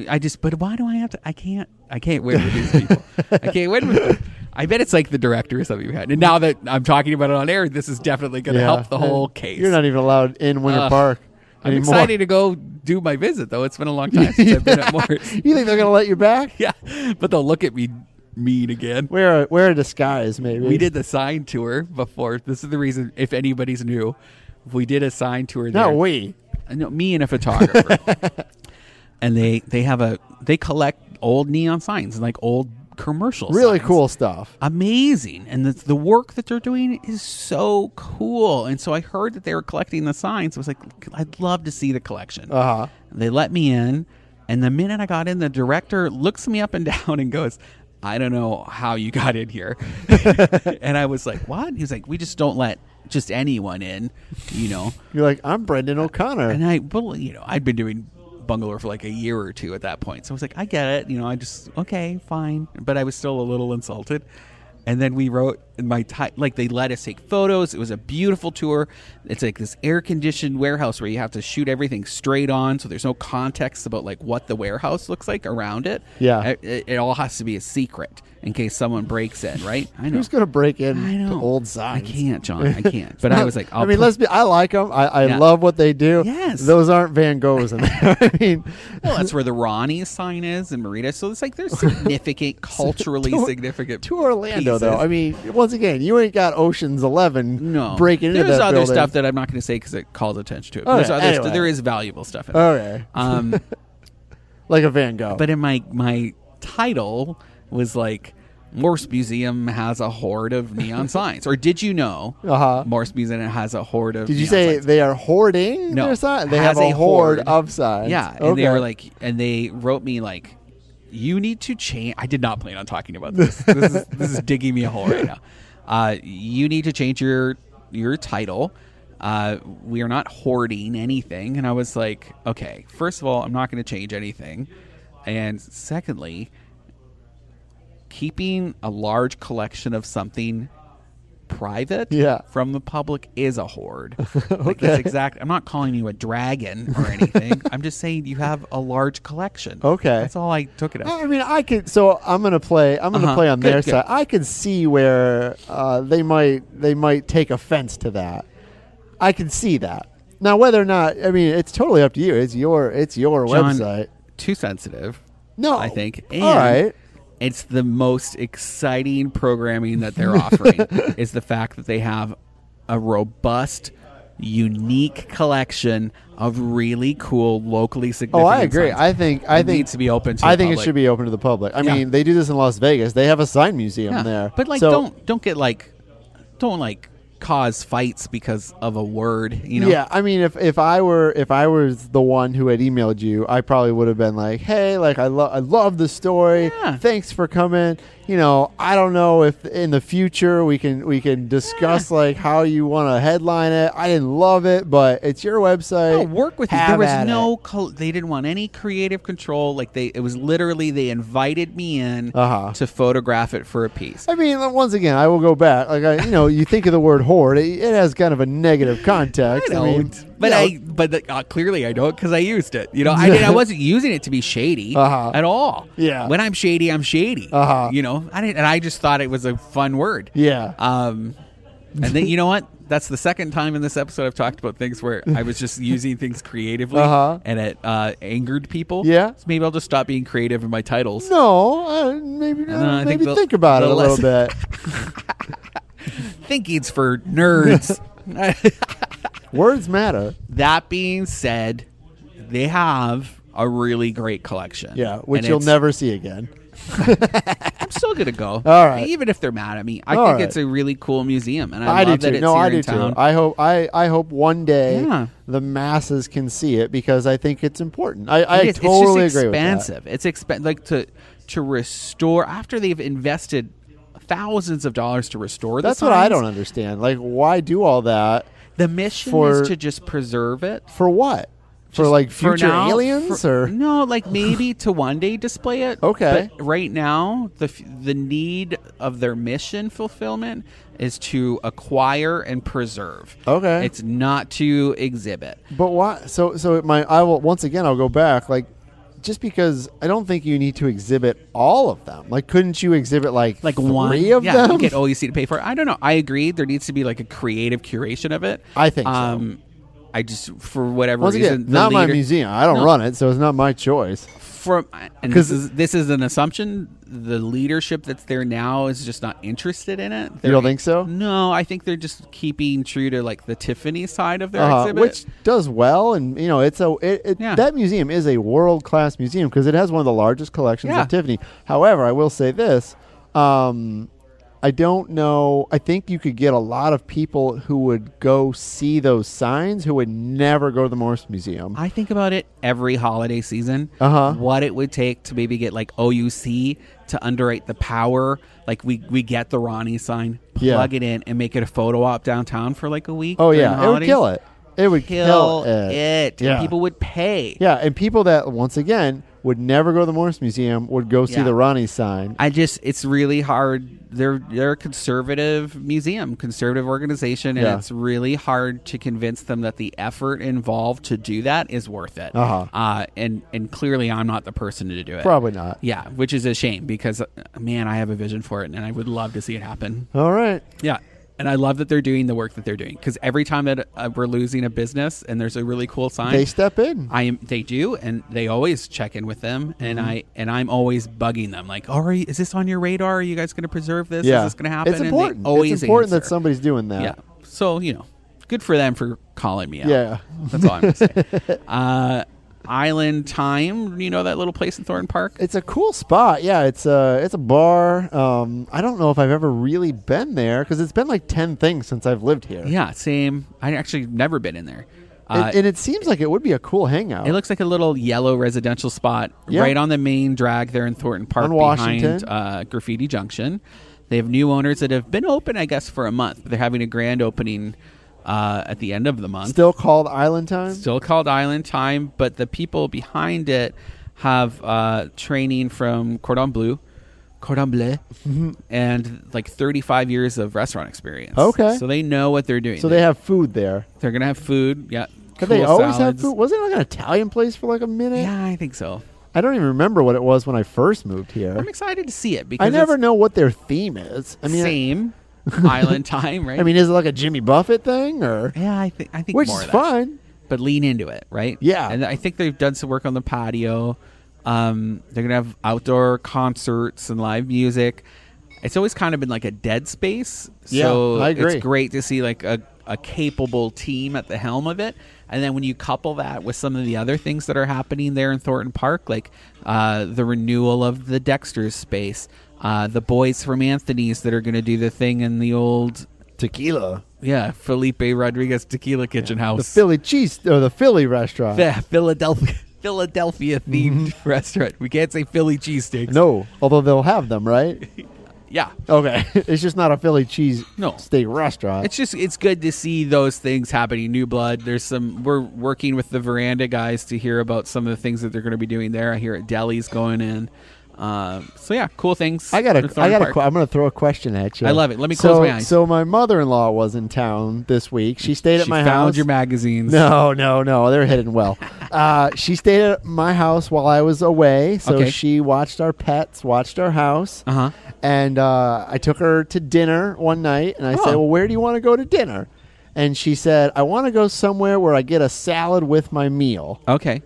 Speaker 2: I just, but why do I have to? I can't. I can't win with these people. I can't win with them. I bet it's like the director or something. we had. And now that I'm talking about it on air, this is definitely going to
Speaker 1: Yeah.
Speaker 2: help the whole case.
Speaker 1: You're not even allowed in Winter
Speaker 2: Ugh.
Speaker 1: Park
Speaker 2: I'm
Speaker 1: anymore.
Speaker 2: excited to go do my visit though. It's been a long time since I've been at Morris.
Speaker 1: You think they're gonna let you back?
Speaker 2: Yeah, but they'll look at me mean again.
Speaker 1: Wear a, wear a disguise, maybe.
Speaker 2: We did the sign tour before. This is the reason. If anybody's new, we did a sign tour.
Speaker 1: No,
Speaker 2: there.
Speaker 1: we.
Speaker 2: Uh, No, me and a photographer. and they they have a they collect old neon signs and like old commercial.
Speaker 1: Really
Speaker 2: signs.
Speaker 1: cool stuff.
Speaker 2: amazing and the, the work that they're doing is so cool and so i heard that they were collecting the signs i was like i'd love to see the collection
Speaker 1: Uh-huh.
Speaker 2: they let me in and the minute i got in the director looks me up and down and goes i don't know how you got in here and i was like what he was like we just don't let just anyone in, you know.
Speaker 1: You're like, I'm Brendan O'Connor.
Speaker 2: And I, well, you know, I'd been doing Bungalow for like a year or two at that point. So I was like, I get it. You know, I just, okay, fine. But I was still a little insulted. And then we wrote and my ti like they let us take photos. It was a beautiful tour. It's like this air conditioned warehouse where you have to shoot everything straight on. So there's no context about like what the warehouse looks like around it.
Speaker 1: Yeah.
Speaker 2: It, it- it all has to be a secret in case someone breaks in, right? I know.
Speaker 1: Who's gonna break
Speaker 2: I
Speaker 1: in
Speaker 2: know.
Speaker 1: to old
Speaker 2: I
Speaker 1: signs?
Speaker 2: can't, John. I can't. But I was like, I'll
Speaker 1: mean,
Speaker 2: put-
Speaker 1: let's be. I like them. I, I
Speaker 2: Yeah.
Speaker 1: love what they do.
Speaker 2: Yes.
Speaker 1: those aren't Van Goghs. In there. I mean,
Speaker 2: Well, that's where the Ronnie sign is in Marita. So it's like there's significant, culturally
Speaker 1: To-
Speaker 2: significant.
Speaker 1: to Orlando
Speaker 2: pieces.
Speaker 1: though. I mean, once again, you ain't got Ocean's Eleven
Speaker 2: no.
Speaker 1: breaking into
Speaker 2: There's
Speaker 1: that
Speaker 2: other
Speaker 1: building.
Speaker 2: stuff that I'm not going to say because it calls attention to it. But
Speaker 1: Okay,
Speaker 2: there's other
Speaker 1: anyway.
Speaker 2: st- there is valuable stuff. In it.
Speaker 1: Okay,
Speaker 2: Um,
Speaker 1: like a Van Gogh.
Speaker 2: but in my my title was like Morse Museum has a horde of neon signs, or did you know
Speaker 1: Uh-huh.
Speaker 2: Morse Museum has a horde of?
Speaker 1: Did you
Speaker 2: neon
Speaker 1: say
Speaker 2: signs?
Speaker 1: they are hoarding their sign? They
Speaker 2: has
Speaker 1: have a, horde of signs.
Speaker 2: Yeah, and
Speaker 1: okay.
Speaker 2: they were like, and they wrote me like, you need to change. I did not plan on talking about this. this, is, this is digging me a hole right now. Uh, you need to change your your title. Uh, we are not hoarding anything. And I was like, okay, first of all, I'm not going to change anything, and secondly, keeping a large collection of something private
Speaker 1: Yeah.
Speaker 2: from the public is a hoard. Like that's exact. I'm not calling you a dragon or anything. I'm just saying you have a large collection.
Speaker 1: Okay. Mm.
Speaker 2: that's all I took it as.
Speaker 1: I mean, I could. So I'm gonna play. I'm gonna
Speaker 2: Uh-huh.
Speaker 1: play on
Speaker 2: Good,
Speaker 1: their
Speaker 2: good.
Speaker 1: side. I could see where uh, they might they might take offense to that. I can see that. Now, whether or not, I mean, it's totally up to you. It's your it's your
Speaker 2: John,
Speaker 1: website.
Speaker 2: Too sensitive.
Speaker 1: No,
Speaker 2: I think. And
Speaker 1: all right.
Speaker 2: It's the most exciting programming that they're offering is the fact that they have a robust, unique collection of really cool, locally significant.
Speaker 1: Oh, I agree.
Speaker 2: signs.
Speaker 1: I think I
Speaker 2: It
Speaker 1: think
Speaker 2: needs to be open to
Speaker 1: I
Speaker 2: the
Speaker 1: think it
Speaker 2: public.
Speaker 1: should be open to the public. I
Speaker 2: Yeah.
Speaker 1: mean, they do this in Las Vegas. They have a sign museum
Speaker 2: Yeah,
Speaker 1: there.
Speaker 2: But like,
Speaker 1: So-
Speaker 2: don't don't get like, don't like cause fights because of a word. You know.
Speaker 1: Yeah, I mean, if, if I were if I was the one who had emailed you, I probably would have been like, "Hey, like I love I love the story.
Speaker 2: Yeah.
Speaker 1: Thanks for coming. You know, I don't know if in the future we can we can discuss like how you want to headline it. I didn't love it, but it's your website.
Speaker 2: No, work with you. There
Speaker 1: Have
Speaker 2: was
Speaker 1: at
Speaker 2: no.
Speaker 1: it.
Speaker 2: Col- they didn't want any creative control. Like they, it was literally they invited me in
Speaker 1: Uh-huh.
Speaker 2: to photograph it for a piece.
Speaker 1: I mean, like, once again, I will go back. Like, I, you know, you think of the word hoard, it, it has kind of a negative context. I, mean,
Speaker 2: but
Speaker 1: you know,
Speaker 2: I, but the, uh, clearly I don't because I used it. You know, I did, I wasn't using it to be shady
Speaker 1: Uh-huh.
Speaker 2: at all.
Speaker 1: Yeah.
Speaker 2: when I'm shady, I'm shady.
Speaker 1: Uh-huh.
Speaker 2: You know, I didn't, and I just thought it was a fun word.
Speaker 1: yeah.
Speaker 2: Um, and then you know what? That's the second time in this episode I've talked about things where I was just using things creatively
Speaker 1: Uh-huh.
Speaker 2: and it uh, angered people.
Speaker 1: Yeah.
Speaker 2: so maybe I'll just stop being creative in my titles.
Speaker 1: no, uh, maybe
Speaker 2: I think
Speaker 1: maybe
Speaker 2: the-
Speaker 1: think, about
Speaker 2: the
Speaker 1: it a little
Speaker 2: lesson-
Speaker 1: bit.
Speaker 2: Thinking's for nerds.
Speaker 1: Words matter.
Speaker 2: that being said, they have a really great collection.
Speaker 1: Yeah, which
Speaker 2: And
Speaker 1: you'll
Speaker 2: it's-
Speaker 1: never see again.
Speaker 2: I'm still gonna go.
Speaker 1: All right.
Speaker 2: even if they're mad at me, I
Speaker 1: All
Speaker 2: think
Speaker 1: right.
Speaker 2: it's a really cool museum, and I,
Speaker 1: I,
Speaker 2: love
Speaker 1: do
Speaker 2: that
Speaker 1: too.
Speaker 2: it's
Speaker 1: No,
Speaker 2: here
Speaker 1: I
Speaker 2: in
Speaker 1: do
Speaker 2: town.
Speaker 1: too. I hope I, I hope one day
Speaker 2: Yeah.
Speaker 1: the masses can see it because I think it's important. I, I
Speaker 2: It is.
Speaker 1: totally
Speaker 2: it's just
Speaker 1: agree with that.
Speaker 2: expensive. It's expensive. Like to to restore after they've invested thousands of dollars to restore. The
Speaker 1: That's what I
Speaker 2: signs,
Speaker 1: don't understand. Like, why do all that
Speaker 2: The mission
Speaker 1: For-
Speaker 2: is to just preserve it
Speaker 1: for what? For
Speaker 2: Just
Speaker 1: like
Speaker 2: for
Speaker 1: future
Speaker 2: now,
Speaker 1: aliens
Speaker 2: for-
Speaker 1: or
Speaker 2: no? Like maybe to one day display it.
Speaker 1: Okay.
Speaker 2: But right now, the f- the need of their mission fulfillment is to acquire and preserve.
Speaker 1: Okay.
Speaker 2: It's not to exhibit.
Speaker 1: But why? So so my I will once again I'll go back like. Just because I don't think you need to exhibit all of them. Like, couldn't you exhibit like
Speaker 2: like
Speaker 1: three
Speaker 2: one
Speaker 1: of
Speaker 2: yeah,
Speaker 1: them?
Speaker 2: You get OEC to pay for it. I don't know. I agree. There needs to be like a creative curation of it. Um,
Speaker 1: I think so.
Speaker 2: I just for whatever
Speaker 1: Once
Speaker 2: reason,
Speaker 1: again,
Speaker 2: the
Speaker 1: not my
Speaker 2: leader-
Speaker 1: museum. I don't
Speaker 2: No.
Speaker 1: run it, so it's not my choice.
Speaker 2: From and
Speaker 1: 'Cause-
Speaker 2: this is this is an assumption. The leadership that's there now is just not interested in it.
Speaker 1: You
Speaker 2: They're-
Speaker 1: don't think so?
Speaker 2: No, I think they're just keeping true to like the Tiffany side of their
Speaker 1: Uh-huh,
Speaker 2: exhibit.
Speaker 1: which does well, and you know it's a it, it,
Speaker 2: Yeah.
Speaker 1: that museum is a world class museum because it has one of the largest collections
Speaker 2: Yeah.
Speaker 1: of Tiffany. However, I will say this: um, I don't know. I think you could get a lot of people who would go see those signs who would never go to the Morse Museum.
Speaker 2: I think about it every holiday season.
Speaker 1: Uh-huh.
Speaker 2: What it would take to maybe get like OUC to underwrite the power. Like we we get the Ronnie sign,
Speaker 1: Yeah.
Speaker 2: plug it in, and make it a photo op downtown for like a week.
Speaker 1: oh
Speaker 2: during
Speaker 1: yeah, it would
Speaker 2: holidays.
Speaker 1: kill it. It would
Speaker 2: Kill
Speaker 1: kill,
Speaker 2: it. And
Speaker 1: Yeah.
Speaker 2: People would pay.
Speaker 1: Yeah, and people that once again would never go to the Morse Museum would go see
Speaker 2: Yeah.
Speaker 1: the Ronnie sign.
Speaker 2: I just it's really hard. They're they're a conservative museum, conservative organization, and
Speaker 1: Yeah.
Speaker 2: it's really hard to convince them that the effort involved to do that is worth it.
Speaker 1: Uh-huh.
Speaker 2: Uh, and and clearly, I'm not the person to do it.
Speaker 1: Probably not.
Speaker 2: Yeah, which is a shame because uh, man, I have a vision for it, and I would love to see it happen.
Speaker 1: All right.
Speaker 2: Yeah. And I love that they're doing the work that they're doing because every time that uh, we're losing a business and there's a really cool sign,
Speaker 1: They step in.
Speaker 2: I am they do and they always check in with them and
Speaker 1: Mm-hmm.
Speaker 2: I and I'm always bugging them like, "All right, is this on your radar? Are you guys going to preserve this?
Speaker 1: yeah.
Speaker 2: Is this going to happen?"
Speaker 1: It's
Speaker 2: And they
Speaker 1: important.
Speaker 2: always
Speaker 1: it's important that
Speaker 2: answer.
Speaker 1: somebody's doing that.
Speaker 2: Yeah. So, you know, good for them for calling me out.
Speaker 1: Yeah.
Speaker 2: That's all I'm going to say. uh, Island Time, you know that little place in Thornton Park?
Speaker 1: It's a cool spot. Yeah, it's a it's a bar. Um, I don't know if I've ever really been there because it's been like ten things since I've lived here.
Speaker 2: yeah, same. I actually never been in there.
Speaker 1: And-
Speaker 2: Uh,
Speaker 1: and, it seems like it would be a cool hangout.
Speaker 2: It looks like a little yellow residential spot
Speaker 1: Yeah.
Speaker 2: right on the main drag there in Thornton Park
Speaker 1: On
Speaker 2: behind
Speaker 1: Washington.
Speaker 2: uh, Graffiti Junction. They have new owners that have been open, I guess, for a month, but they're having a grand opening uh, at the end of the month.
Speaker 1: still called Island Time.
Speaker 2: Still called Island Time, but the people behind it have uh, training from Cordon Bleu. Cordon Bleu,
Speaker 1: Mm-hmm.
Speaker 2: and like 35 years of restaurant experience.
Speaker 1: Okay.
Speaker 2: so they know what they're doing.
Speaker 1: so they have food there.
Speaker 2: they're gonna have food. Yeah,
Speaker 1: Did they
Speaker 2: cool
Speaker 1: always have
Speaker 2: salads.
Speaker 1: food? Wasn't it like an Italian place for like a minute?
Speaker 2: Yeah, I think so.
Speaker 1: I don't even remember what it was when I first moved here.
Speaker 2: I'm excited to see it because
Speaker 1: I never
Speaker 2: it's
Speaker 1: know what their theme is. I mean,
Speaker 2: same island time, right?
Speaker 1: I mean, is it like a Jimmy Buffett thing or
Speaker 2: yeah, I think I think
Speaker 1: which
Speaker 2: more
Speaker 1: is
Speaker 2: of that.
Speaker 1: fine?
Speaker 2: but lean into it, right?
Speaker 1: Yeah.
Speaker 2: and I think they've done some work on the patio. Um, they're gonna have outdoor concerts and live music. It's always kind of been like a dead space, so
Speaker 1: Yeah, I agree.
Speaker 2: it's great to see like a, a capable team at the helm of it. And then when you couple that with some of the other things that are happening there in Thornton Park, like uh, the renewal of the Dexter's space, uh, the boys from Anthony's that are going to do the thing in the old
Speaker 1: Tequila,
Speaker 2: yeah Felipe Rodriguez Tequila Kitchen
Speaker 1: the
Speaker 2: House,
Speaker 1: Philly cheese or the Philly restaurant.
Speaker 2: Phil- Philadelphia Philadelphia themed
Speaker 1: Mm-hmm.
Speaker 2: restaurant. We can't say Philly cheesesteaks.
Speaker 1: No, although they'll have them, right?
Speaker 2: Yeah.
Speaker 1: Okay, it's just not a Philly cheese
Speaker 2: No.
Speaker 1: steak restaurant.
Speaker 2: It's just it's good to see those things happening. New blood. There's some we're working with the veranda guys to hear about some of the things that they're going to be doing there. I hear at deli's going in. Um, so yeah, cool things.
Speaker 1: I got
Speaker 2: for
Speaker 1: a,
Speaker 2: Thornton
Speaker 1: I got a,
Speaker 2: Park.
Speaker 1: que- I'm going to throw a question at you.
Speaker 2: I love it. Let me
Speaker 1: so,
Speaker 2: close my eyes.
Speaker 1: So my mother-in-law was in town this week. She stayed at
Speaker 2: She
Speaker 1: my
Speaker 2: found
Speaker 1: house.
Speaker 2: your magazines.
Speaker 1: No, no, no. They're hidden well. Uh, she stayed at my house while I was away, so
Speaker 2: Okay.
Speaker 1: she watched our pets, watched our house,
Speaker 2: Uh-huh.
Speaker 1: and uh, I took her to dinner one night, and I
Speaker 2: Oh.
Speaker 1: said, "Well, where do you want to go to dinner?" And she said, "I want to go somewhere where I get a salad with my meal."
Speaker 2: Okay.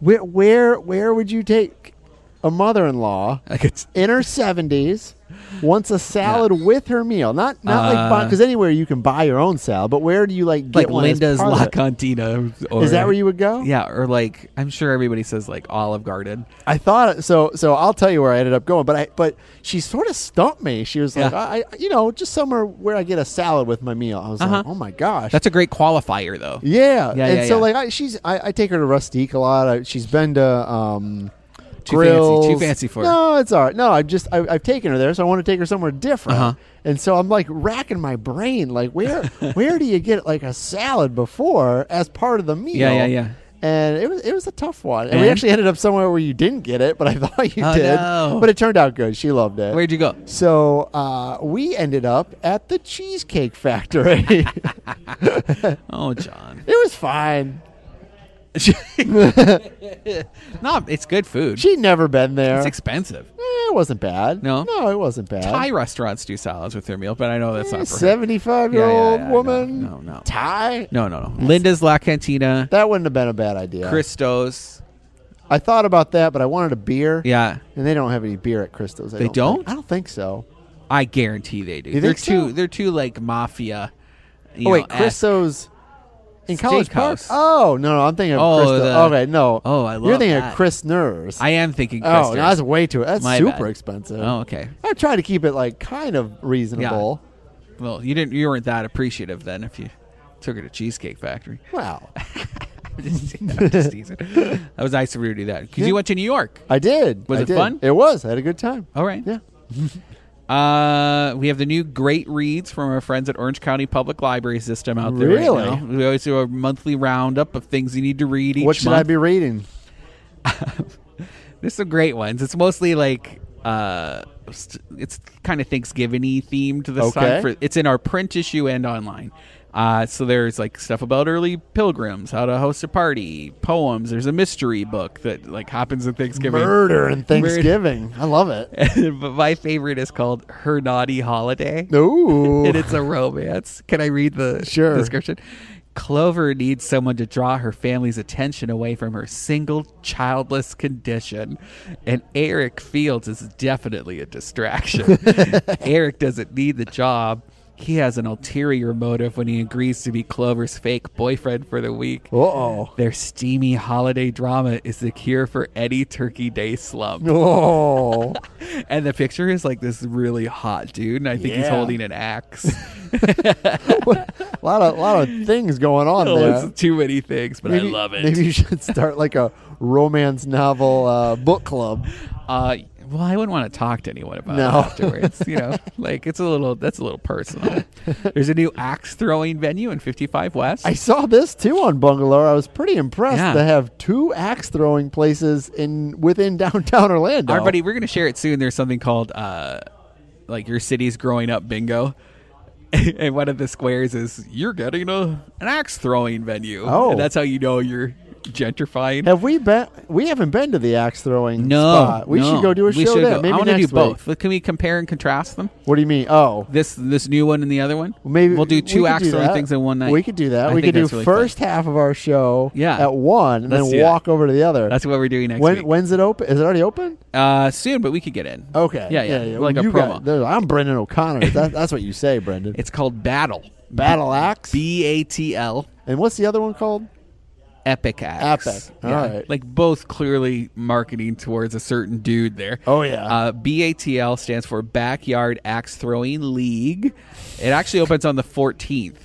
Speaker 1: Where, where, where would you take a mother-in-law
Speaker 2: I could,
Speaker 1: in her seventies? Wants a salad with her meal, not not like
Speaker 2: Uh,
Speaker 1: because anywhere you can buy your own salad, but where do you like get
Speaker 2: like
Speaker 1: one as
Speaker 2: Linda's
Speaker 1: part of
Speaker 2: La
Speaker 1: it?
Speaker 2: Cantina. Or,
Speaker 1: Is that where you would go?
Speaker 2: Yeah, or like I'm sure everybody says like Olive Garden.
Speaker 1: I thought so. So I'll tell you where I ended up going, but I but she sort of stumped me. She was like,
Speaker 2: Yeah.
Speaker 1: I, I you know just somewhere where I get a salad with my meal. I was
Speaker 2: Uh-huh.
Speaker 1: like, oh my gosh,
Speaker 2: That's a great qualifier though.
Speaker 1: yeah.
Speaker 2: Yeah,
Speaker 1: and
Speaker 2: yeah,
Speaker 1: so
Speaker 2: yeah.
Speaker 1: like I, she's I, I take her to Rustique a lot. I, she's been to um,
Speaker 2: Too fancy- too
Speaker 1: Grills.
Speaker 2: fancy for her.
Speaker 1: No, it's all right. No, I just I, I've taken her there, so I want to take her somewhere different.
Speaker 2: Uh-huh.
Speaker 1: And so I'm like racking my brain, like where where do you get like a salad before as part of the meal?
Speaker 2: Yeah, yeah, yeah.
Speaker 1: And it was it was a tough one, and, we
Speaker 2: And?
Speaker 1: actually ended up somewhere where you didn't get it, but I thought you
Speaker 2: Oh,
Speaker 1: did.
Speaker 2: no.
Speaker 1: But it turned out good. She loved it.
Speaker 2: Where'd you go?
Speaker 1: so uh, we ended up at the Cheesecake Factory. it
Speaker 2: Oh, John.
Speaker 1: was fine.
Speaker 2: no, it's good food.
Speaker 1: She'd never been there.
Speaker 2: It's expensive.
Speaker 1: Eh, it wasn't bad.
Speaker 2: No?
Speaker 1: no, it wasn't bad.
Speaker 2: Thai restaurants do salads with their meal, but I know that's not for her.
Speaker 1: Seventy-five-year-old
Speaker 2: Yeah, yeah, yeah,
Speaker 1: woman.
Speaker 2: no, no, no.
Speaker 1: Thai.
Speaker 2: No, no, no. Linda's La Cantina,
Speaker 1: That wouldn't have been a bad idea.
Speaker 2: Christos.
Speaker 1: I thought about that, but I wanted a beer.
Speaker 2: Yeah,
Speaker 1: and they don't have any beer at Crystal's. I
Speaker 2: They
Speaker 1: don't? think.
Speaker 2: don't?
Speaker 1: I don't think so.
Speaker 2: I guarantee they do.
Speaker 1: You
Speaker 2: they're
Speaker 1: think
Speaker 2: too.
Speaker 1: so?
Speaker 2: They're too like mafia. you
Speaker 1: Oh wait,
Speaker 2: know, esque.
Speaker 1: Christos. in College Park.
Speaker 2: Steakhouse.
Speaker 1: Oh no, no, I'm thinking of
Speaker 2: Oh,
Speaker 1: Krista.
Speaker 2: the-
Speaker 1: okay, no.
Speaker 2: Oh, I
Speaker 1: You're
Speaker 2: love
Speaker 1: thinking of
Speaker 2: that.
Speaker 1: Chris Nurse.
Speaker 2: I am thinking.
Speaker 1: oh,
Speaker 2: Christers.
Speaker 1: no, that's way too. That's
Speaker 2: My
Speaker 1: super
Speaker 2: bad.
Speaker 1: expensive.
Speaker 2: Oh, okay.
Speaker 1: I try to keep it like kind of reasonable.
Speaker 2: Well, you didn't. You weren't that appreciative then. If you took her to Cheesecake Factory,
Speaker 1: Wow,
Speaker 2: just, I'm just teasing. that was nice of you to do that because you went to New York.
Speaker 1: I did.
Speaker 2: Was
Speaker 1: I
Speaker 2: it
Speaker 1: did.
Speaker 2: fun? Oh.
Speaker 1: It was. I had a good time.
Speaker 2: All right.
Speaker 1: Yeah.
Speaker 2: Uh, we have the new great reads from our friends at Orange County Public Library System out there. right
Speaker 1: Really?
Speaker 2: now. We always do a monthly roundup of things you need to read each
Speaker 1: What should I
Speaker 2: month.
Speaker 1: be reading?
Speaker 2: There's some great ones. It's mostly like uh, st- it's kind of Thanksgiving-y themed this
Speaker 1: Okay.
Speaker 2: time. For, it's in our print issue and online. Uh, so there's like stuff about early pilgrims, how to host a party, poems. There's a mystery book that like happens at Thanksgiving.
Speaker 1: Murder and Thanksgiving. I love it.
Speaker 2: but my favorite is called Her Naughty Holiday.
Speaker 1: Ooh.
Speaker 2: and it's a romance. Can I read the
Speaker 1: Sure.
Speaker 2: description? Clover needs someone to draw her family's attention away from her single childless condition, and Eric Fields is definitely a distraction. Eric doesn't need the job. He has an ulterior motive when he agrees to be Clover's fake boyfriend for the week.
Speaker 1: Oh. Uh-oh.
Speaker 2: Their steamy holiday drama is the cure for any turkey day slump
Speaker 1: Oh.
Speaker 2: and the picture is like this really hot dude, and I think he's
Speaker 1: Yeah.
Speaker 2: holding an axe.
Speaker 1: a lot of lot of things going on
Speaker 2: oh,
Speaker 1: there.
Speaker 2: it's too many things, but
Speaker 1: Maybe-
Speaker 2: I love it.
Speaker 1: Maybe you should start like a romance novel uh, book club.
Speaker 2: Uh, well, I wouldn't want to talk to anyone about
Speaker 1: No.
Speaker 2: it afterwards. You know, like it's a little that's a little personal. There's a new axe throwing venue in 55 West.
Speaker 1: I saw this too on Bungalow. I was pretty impressed
Speaker 2: Yeah.
Speaker 1: to have two axe throwing places in within downtown Orlando.
Speaker 2: Our buddy, we're gonna share it soon. There's something called uh, like your city's growing up bingo. And one of the squares is you're getting a an axe throwing venue.
Speaker 1: Oh.
Speaker 2: and that's how you know you're gentrifying.
Speaker 1: have we been? We haven't been to the axe throwing.
Speaker 2: No,
Speaker 1: spot. we
Speaker 2: no.
Speaker 1: should go do a
Speaker 2: We
Speaker 1: show
Speaker 2: should
Speaker 1: there.
Speaker 2: go.
Speaker 1: Maybe
Speaker 2: I want to
Speaker 1: next
Speaker 2: do
Speaker 1: week.
Speaker 2: both. Can we compare and contrast them?
Speaker 1: What do you mean? Oh,
Speaker 2: This this new one and the other one.
Speaker 1: Well, Maybe
Speaker 2: we'll do two
Speaker 1: we could
Speaker 2: axe throwing
Speaker 1: that.
Speaker 2: things in one night.
Speaker 1: We could do that.
Speaker 2: I
Speaker 1: we
Speaker 2: think
Speaker 1: could do
Speaker 2: that's really fun.
Speaker 1: first half of our show
Speaker 2: Yeah.
Speaker 1: at one, and
Speaker 2: Let's do
Speaker 1: then
Speaker 2: that.
Speaker 1: walk over to the other.
Speaker 2: That's what we're doing next
Speaker 1: when
Speaker 2: week.
Speaker 1: when's it open? Is it already open?
Speaker 2: uh, soon, but we could get in.
Speaker 1: Okay.
Speaker 2: Yeah, yeah. Like a
Speaker 1: You got-
Speaker 2: promo.
Speaker 1: there- I'm Brendan O'Connor. That, that's what you say, Brendan.
Speaker 2: It's called Battle.
Speaker 1: Battle Axe.
Speaker 2: B A T L.
Speaker 1: and what's the other one called?
Speaker 2: Epic axe.
Speaker 1: Epic. All right.
Speaker 2: Like both clearly marketing towards a certain dude there.
Speaker 1: Oh, yeah.
Speaker 2: Uh, BATL stands for Backyard Axe Throwing League. It actually opens on the 14th,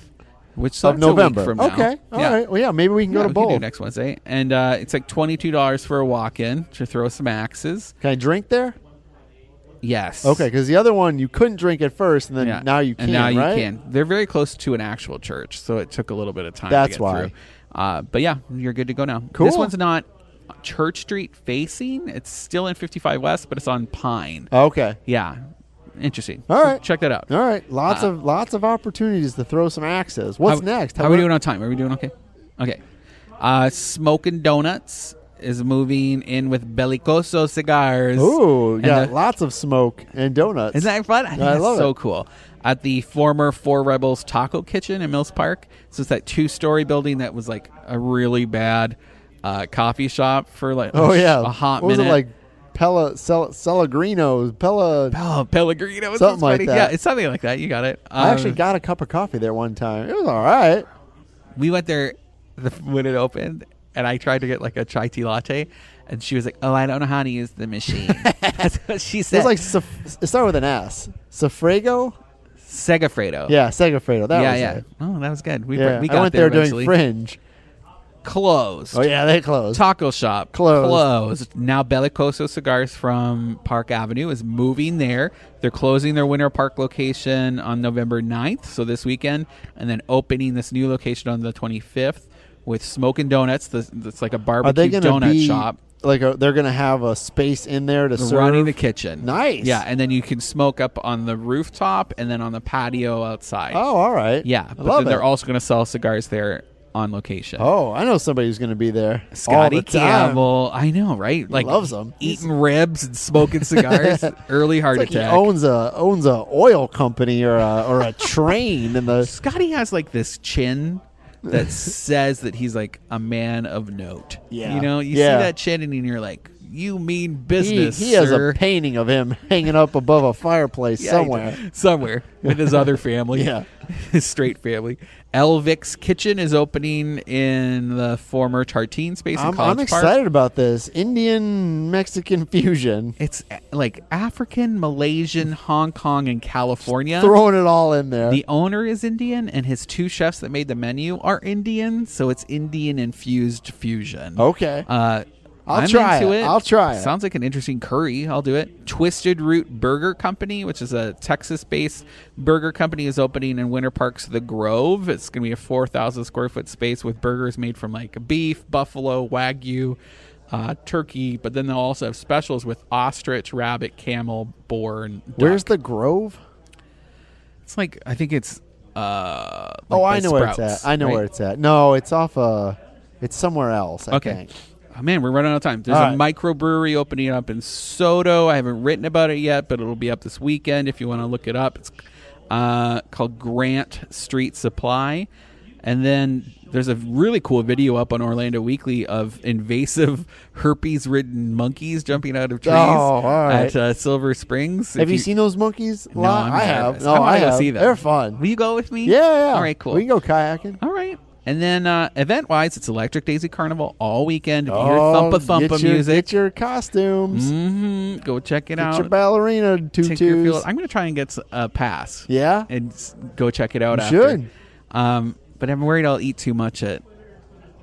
Speaker 2: which so
Speaker 1: Of
Speaker 2: that's a week
Speaker 1: November.
Speaker 2: from now.
Speaker 1: okay. all right.
Speaker 2: Yeah.
Speaker 1: Well, yeah. Maybe we can
Speaker 2: Yeah,
Speaker 1: go to
Speaker 2: we can do
Speaker 1: both.
Speaker 2: next Wednesday, and uh, it's like twenty two dollars for a walk in to throw some axes.
Speaker 1: Can I drink there?
Speaker 2: Yes.
Speaker 1: Okay. Because the other one you couldn't drink at first, and then
Speaker 2: Yeah.
Speaker 1: now you can.
Speaker 2: And now you
Speaker 1: right?
Speaker 2: can. They're very close to an actual church, so it took a little bit of time.
Speaker 1: That's
Speaker 2: to get
Speaker 1: why.
Speaker 2: Through. Uh, but yeah, you're good to go now.
Speaker 1: Cool.
Speaker 2: This one's not Church Street facing. It's still in fifty five West, but it's on Pine.
Speaker 1: Okay.
Speaker 2: Yeah. Interesting.
Speaker 1: Oh. All
Speaker 2: So
Speaker 1: right.
Speaker 2: Check that out.
Speaker 1: All right. Lots of lots of opportunities to throw some axes. What's
Speaker 2: Uh, how,
Speaker 1: next?
Speaker 2: How, are we doing on time? Are we doing okay? Okay. Uh, Smoking Donuts is moving in with Bellicoso cigars.
Speaker 1: Ooh,
Speaker 2: And
Speaker 1: yeah,
Speaker 2: the-
Speaker 1: lots of smoke and donuts.
Speaker 2: Isn't that fun? I, think
Speaker 1: I
Speaker 2: that's
Speaker 1: love
Speaker 2: so
Speaker 1: it.
Speaker 2: cool. At the former Four Rebels Taco Kitchen in Mills Park. So it's that two story building that was like a really bad uh, coffee shop for like
Speaker 1: Oh
Speaker 2: a, sh-
Speaker 1: yeah,
Speaker 2: a hot
Speaker 1: what was
Speaker 2: minute.
Speaker 1: it like? Pella Sel- Pellegrino's Pella.
Speaker 2: oh, Pellegrino.
Speaker 1: Something like that.
Speaker 2: Yeah, it's something like that. You got it.
Speaker 1: I actually
Speaker 2: Um,
Speaker 1: got a cup of coffee there one time. It was all right.
Speaker 2: we went there the, when it opened, and I tried to get like a chai tea latte, and she was like, "Oh, I don't know how to use the machine." That's what she
Speaker 1: It
Speaker 2: said.
Speaker 1: was like Saf- it started with an S. Safrego.
Speaker 2: Segafredo.
Speaker 1: Yeah, Segafredo. That
Speaker 2: yeah,
Speaker 1: was
Speaker 2: yeah.
Speaker 1: it.
Speaker 2: Oh, that was good. We,
Speaker 1: Yeah,
Speaker 2: we got
Speaker 1: I went
Speaker 2: there,
Speaker 1: there,
Speaker 2: eventually.
Speaker 1: during Fringe.
Speaker 2: Closed.
Speaker 1: Oh yeah, they closed.
Speaker 2: Taco shop
Speaker 1: Closed.
Speaker 2: closed. Now Bellicoso Cigars from Park Avenue is moving there. They're closing their Winter Park location on November 9th, so this weekend, and then opening this new location on the 25th with Smokin' Donuts. This- That's like a
Speaker 1: Are they
Speaker 2: barbecue
Speaker 1: going to
Speaker 2: donut
Speaker 1: be
Speaker 2: shop.
Speaker 1: like a, they're going to have a space in there to serve?
Speaker 2: Running the kitchen.
Speaker 1: Nice.
Speaker 2: Yeah, and then you can smoke up on the rooftop and then on the patio outside.
Speaker 1: oh, all right.
Speaker 2: yeah.
Speaker 1: I
Speaker 2: But
Speaker 1: love
Speaker 2: then they're
Speaker 1: it.
Speaker 2: also going to sell cigars there on location.
Speaker 1: Oh, I know somebody who's going to be there. all
Speaker 2: Scotty
Speaker 1: the time.
Speaker 2: Campbell. I know, right? Like
Speaker 1: loves 'em.
Speaker 2: Eating ribs and smoking cigars. early heart
Speaker 1: It's like he
Speaker 2: attack.
Speaker 1: owns a owns a oil company or a, or a train in the
Speaker 2: Scotty has like this chin that says that he's like a man of note.
Speaker 1: Yeah.
Speaker 2: You know, you
Speaker 1: Yeah.
Speaker 2: see that chin and you're like, You mean
Speaker 1: He,
Speaker 2: business.
Speaker 1: he has
Speaker 2: sir.
Speaker 1: a painting of him hanging up above a fireplace
Speaker 2: Yeah, he
Speaker 1: somewhere.
Speaker 2: does. Somewhere in his other family.
Speaker 1: Yeah.
Speaker 2: His straight family. Elvick's Kitchen is opening in the former Tartine space in
Speaker 1: I'm,
Speaker 2: College
Speaker 1: I'm excited
Speaker 2: Park.
Speaker 1: about this Indian Mexican fusion.
Speaker 2: It's uh, like African, Malaysian, Hong Kong, and California.
Speaker 1: Throwing it all in there.
Speaker 2: The owner is Indian, and his two chefs that made the menu are Indian, so it's Indian infused fusion.
Speaker 1: okay.
Speaker 2: Uh,
Speaker 1: I'll
Speaker 2: I'm
Speaker 1: try
Speaker 2: into
Speaker 1: it. I'll try it.
Speaker 2: Sounds like an interesting curry. I'll do it. Twisted Root Burger Company, which is a Texas-based burger company, is opening in Winter Park's The Grove. It's going to be a 4,000 square foot space with burgers made from like beef, buffalo, wagyu, uh, turkey, but then they'll also have specials with ostrich, rabbit, camel, boar, and duck.
Speaker 1: Where's the Grove?
Speaker 2: It's like I think it's. Uh, like
Speaker 1: oh,
Speaker 2: by
Speaker 1: I know where
Speaker 2: Sprouts,
Speaker 1: it's at. I know
Speaker 2: right?
Speaker 1: where it's at. No, it's off Uh, it's somewhere else. I
Speaker 2: Okay.
Speaker 1: think.
Speaker 2: Oh man, we're running out of time. There's
Speaker 1: All
Speaker 2: a
Speaker 1: right.
Speaker 2: microbrewery opening up in Soto. I haven't written about it yet, but it'll be up this weekend if you want to look it up. It's uh, called Grant Street Supply. And then there's a really cool video up on Orlando Weekly of invasive herpes-ridden monkeys jumping out of trees
Speaker 1: Oh, all right.
Speaker 2: at uh, Silver Springs.
Speaker 1: Have
Speaker 2: If
Speaker 1: you, seen those monkeys?
Speaker 2: No,
Speaker 1: live?
Speaker 2: I'm
Speaker 1: I have.
Speaker 2: nervous.
Speaker 1: No,
Speaker 2: wanna
Speaker 1: I
Speaker 2: go
Speaker 1: have.
Speaker 2: see them.
Speaker 1: They're fun.
Speaker 2: Will you go with me?
Speaker 1: yeah, yeah.
Speaker 2: All right. Cool.
Speaker 1: We can go kayaking.
Speaker 2: All right. And then uh, event wise, it's Electric Daisy Carnival all weekend. If you hear Thumpa Thumpa
Speaker 1: Oh, get your,
Speaker 2: music,
Speaker 1: Get your costumes.
Speaker 2: hmm go check it
Speaker 1: Get your
Speaker 2: out.
Speaker 1: ballerina tutus.
Speaker 2: Tinkerfield. I'm going to try and get s- a pass.
Speaker 1: Yeah.
Speaker 2: And s- go check it out
Speaker 1: You
Speaker 2: after.
Speaker 1: should.
Speaker 2: Um, but I'm worried I'll eat too much at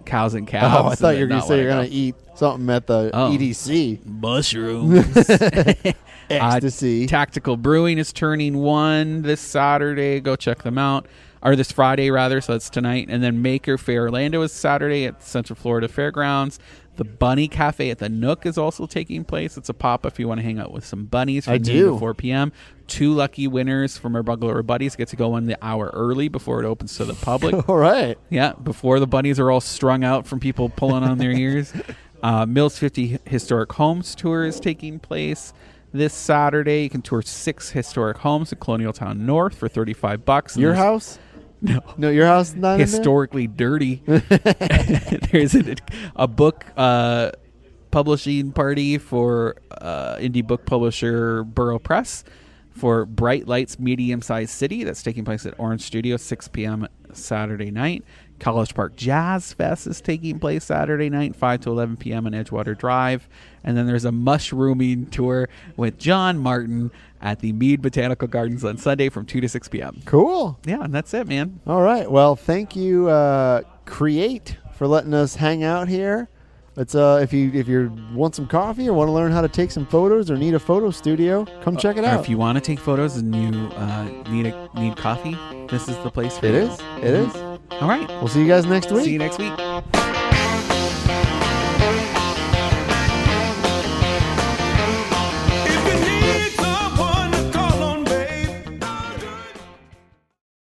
Speaker 2: Cows and Cows.
Speaker 1: Oh, I
Speaker 2: and
Speaker 1: thought
Speaker 2: then
Speaker 1: you were going
Speaker 2: not
Speaker 1: to say
Speaker 2: wanna
Speaker 1: you're going
Speaker 2: go.
Speaker 1: to eat something at the E
Speaker 2: Oh.
Speaker 1: EDC.
Speaker 2: mushrooms.
Speaker 1: Ecstasy.
Speaker 2: Uh, Tactical Brewing is turning one this Saturday. Go check them out. Or this Friday, rather. So that's tonight. And then Maker Fair Orlando is Saturday at Central Florida Fairgrounds. The Bunny Cafe at the Nook is also taking place. It's a pop up if you want to hang out with some bunnies from
Speaker 1: I
Speaker 2: noon
Speaker 1: do.
Speaker 2: to 4 p.m. Two lucky winners from our Bungalow Buddies get to go one the hour early before it opens to the public.
Speaker 1: All right.
Speaker 2: Yeah, before the bunnies are all strung out from people pulling on their ears. Uh, Mills 50 Historic Homes Tour is taking place this Saturday. You can tour six historic homes in Colonial Town North for 35 bucks. And
Speaker 1: Your
Speaker 2: there's
Speaker 1: house? No. No, your house is not in there?
Speaker 2: Historically dirty. there's a, a book uh, publishing party for uh, indie book publisher Borough Press for Bright Lights Medium Sized City. That's taking place at Orange Studio, 6 p.m. Saturday night. College Park Jazz Fest is taking place Saturday night, 5 to 11 p.m. on Edgewater Drive. And then there's a mushrooming tour with John Martin at the Mead Botanical Gardens on Sunday from 2 to 6 p.m.
Speaker 1: Cool.
Speaker 2: Yeah, and that's it, man.
Speaker 1: All right. Well, thank you, uh, Create, for letting us hang out here. It's uh, if you if you want some coffee or want to learn how to take some photos or need a photo studio, come check it
Speaker 2: Uh, Or
Speaker 1: out.
Speaker 2: if you want to take photos and you uh, need a, need coffee, this is the place for
Speaker 1: it
Speaker 2: you.
Speaker 1: is. It is.
Speaker 2: All right.
Speaker 1: We'll see you guys next week.
Speaker 2: See you next week.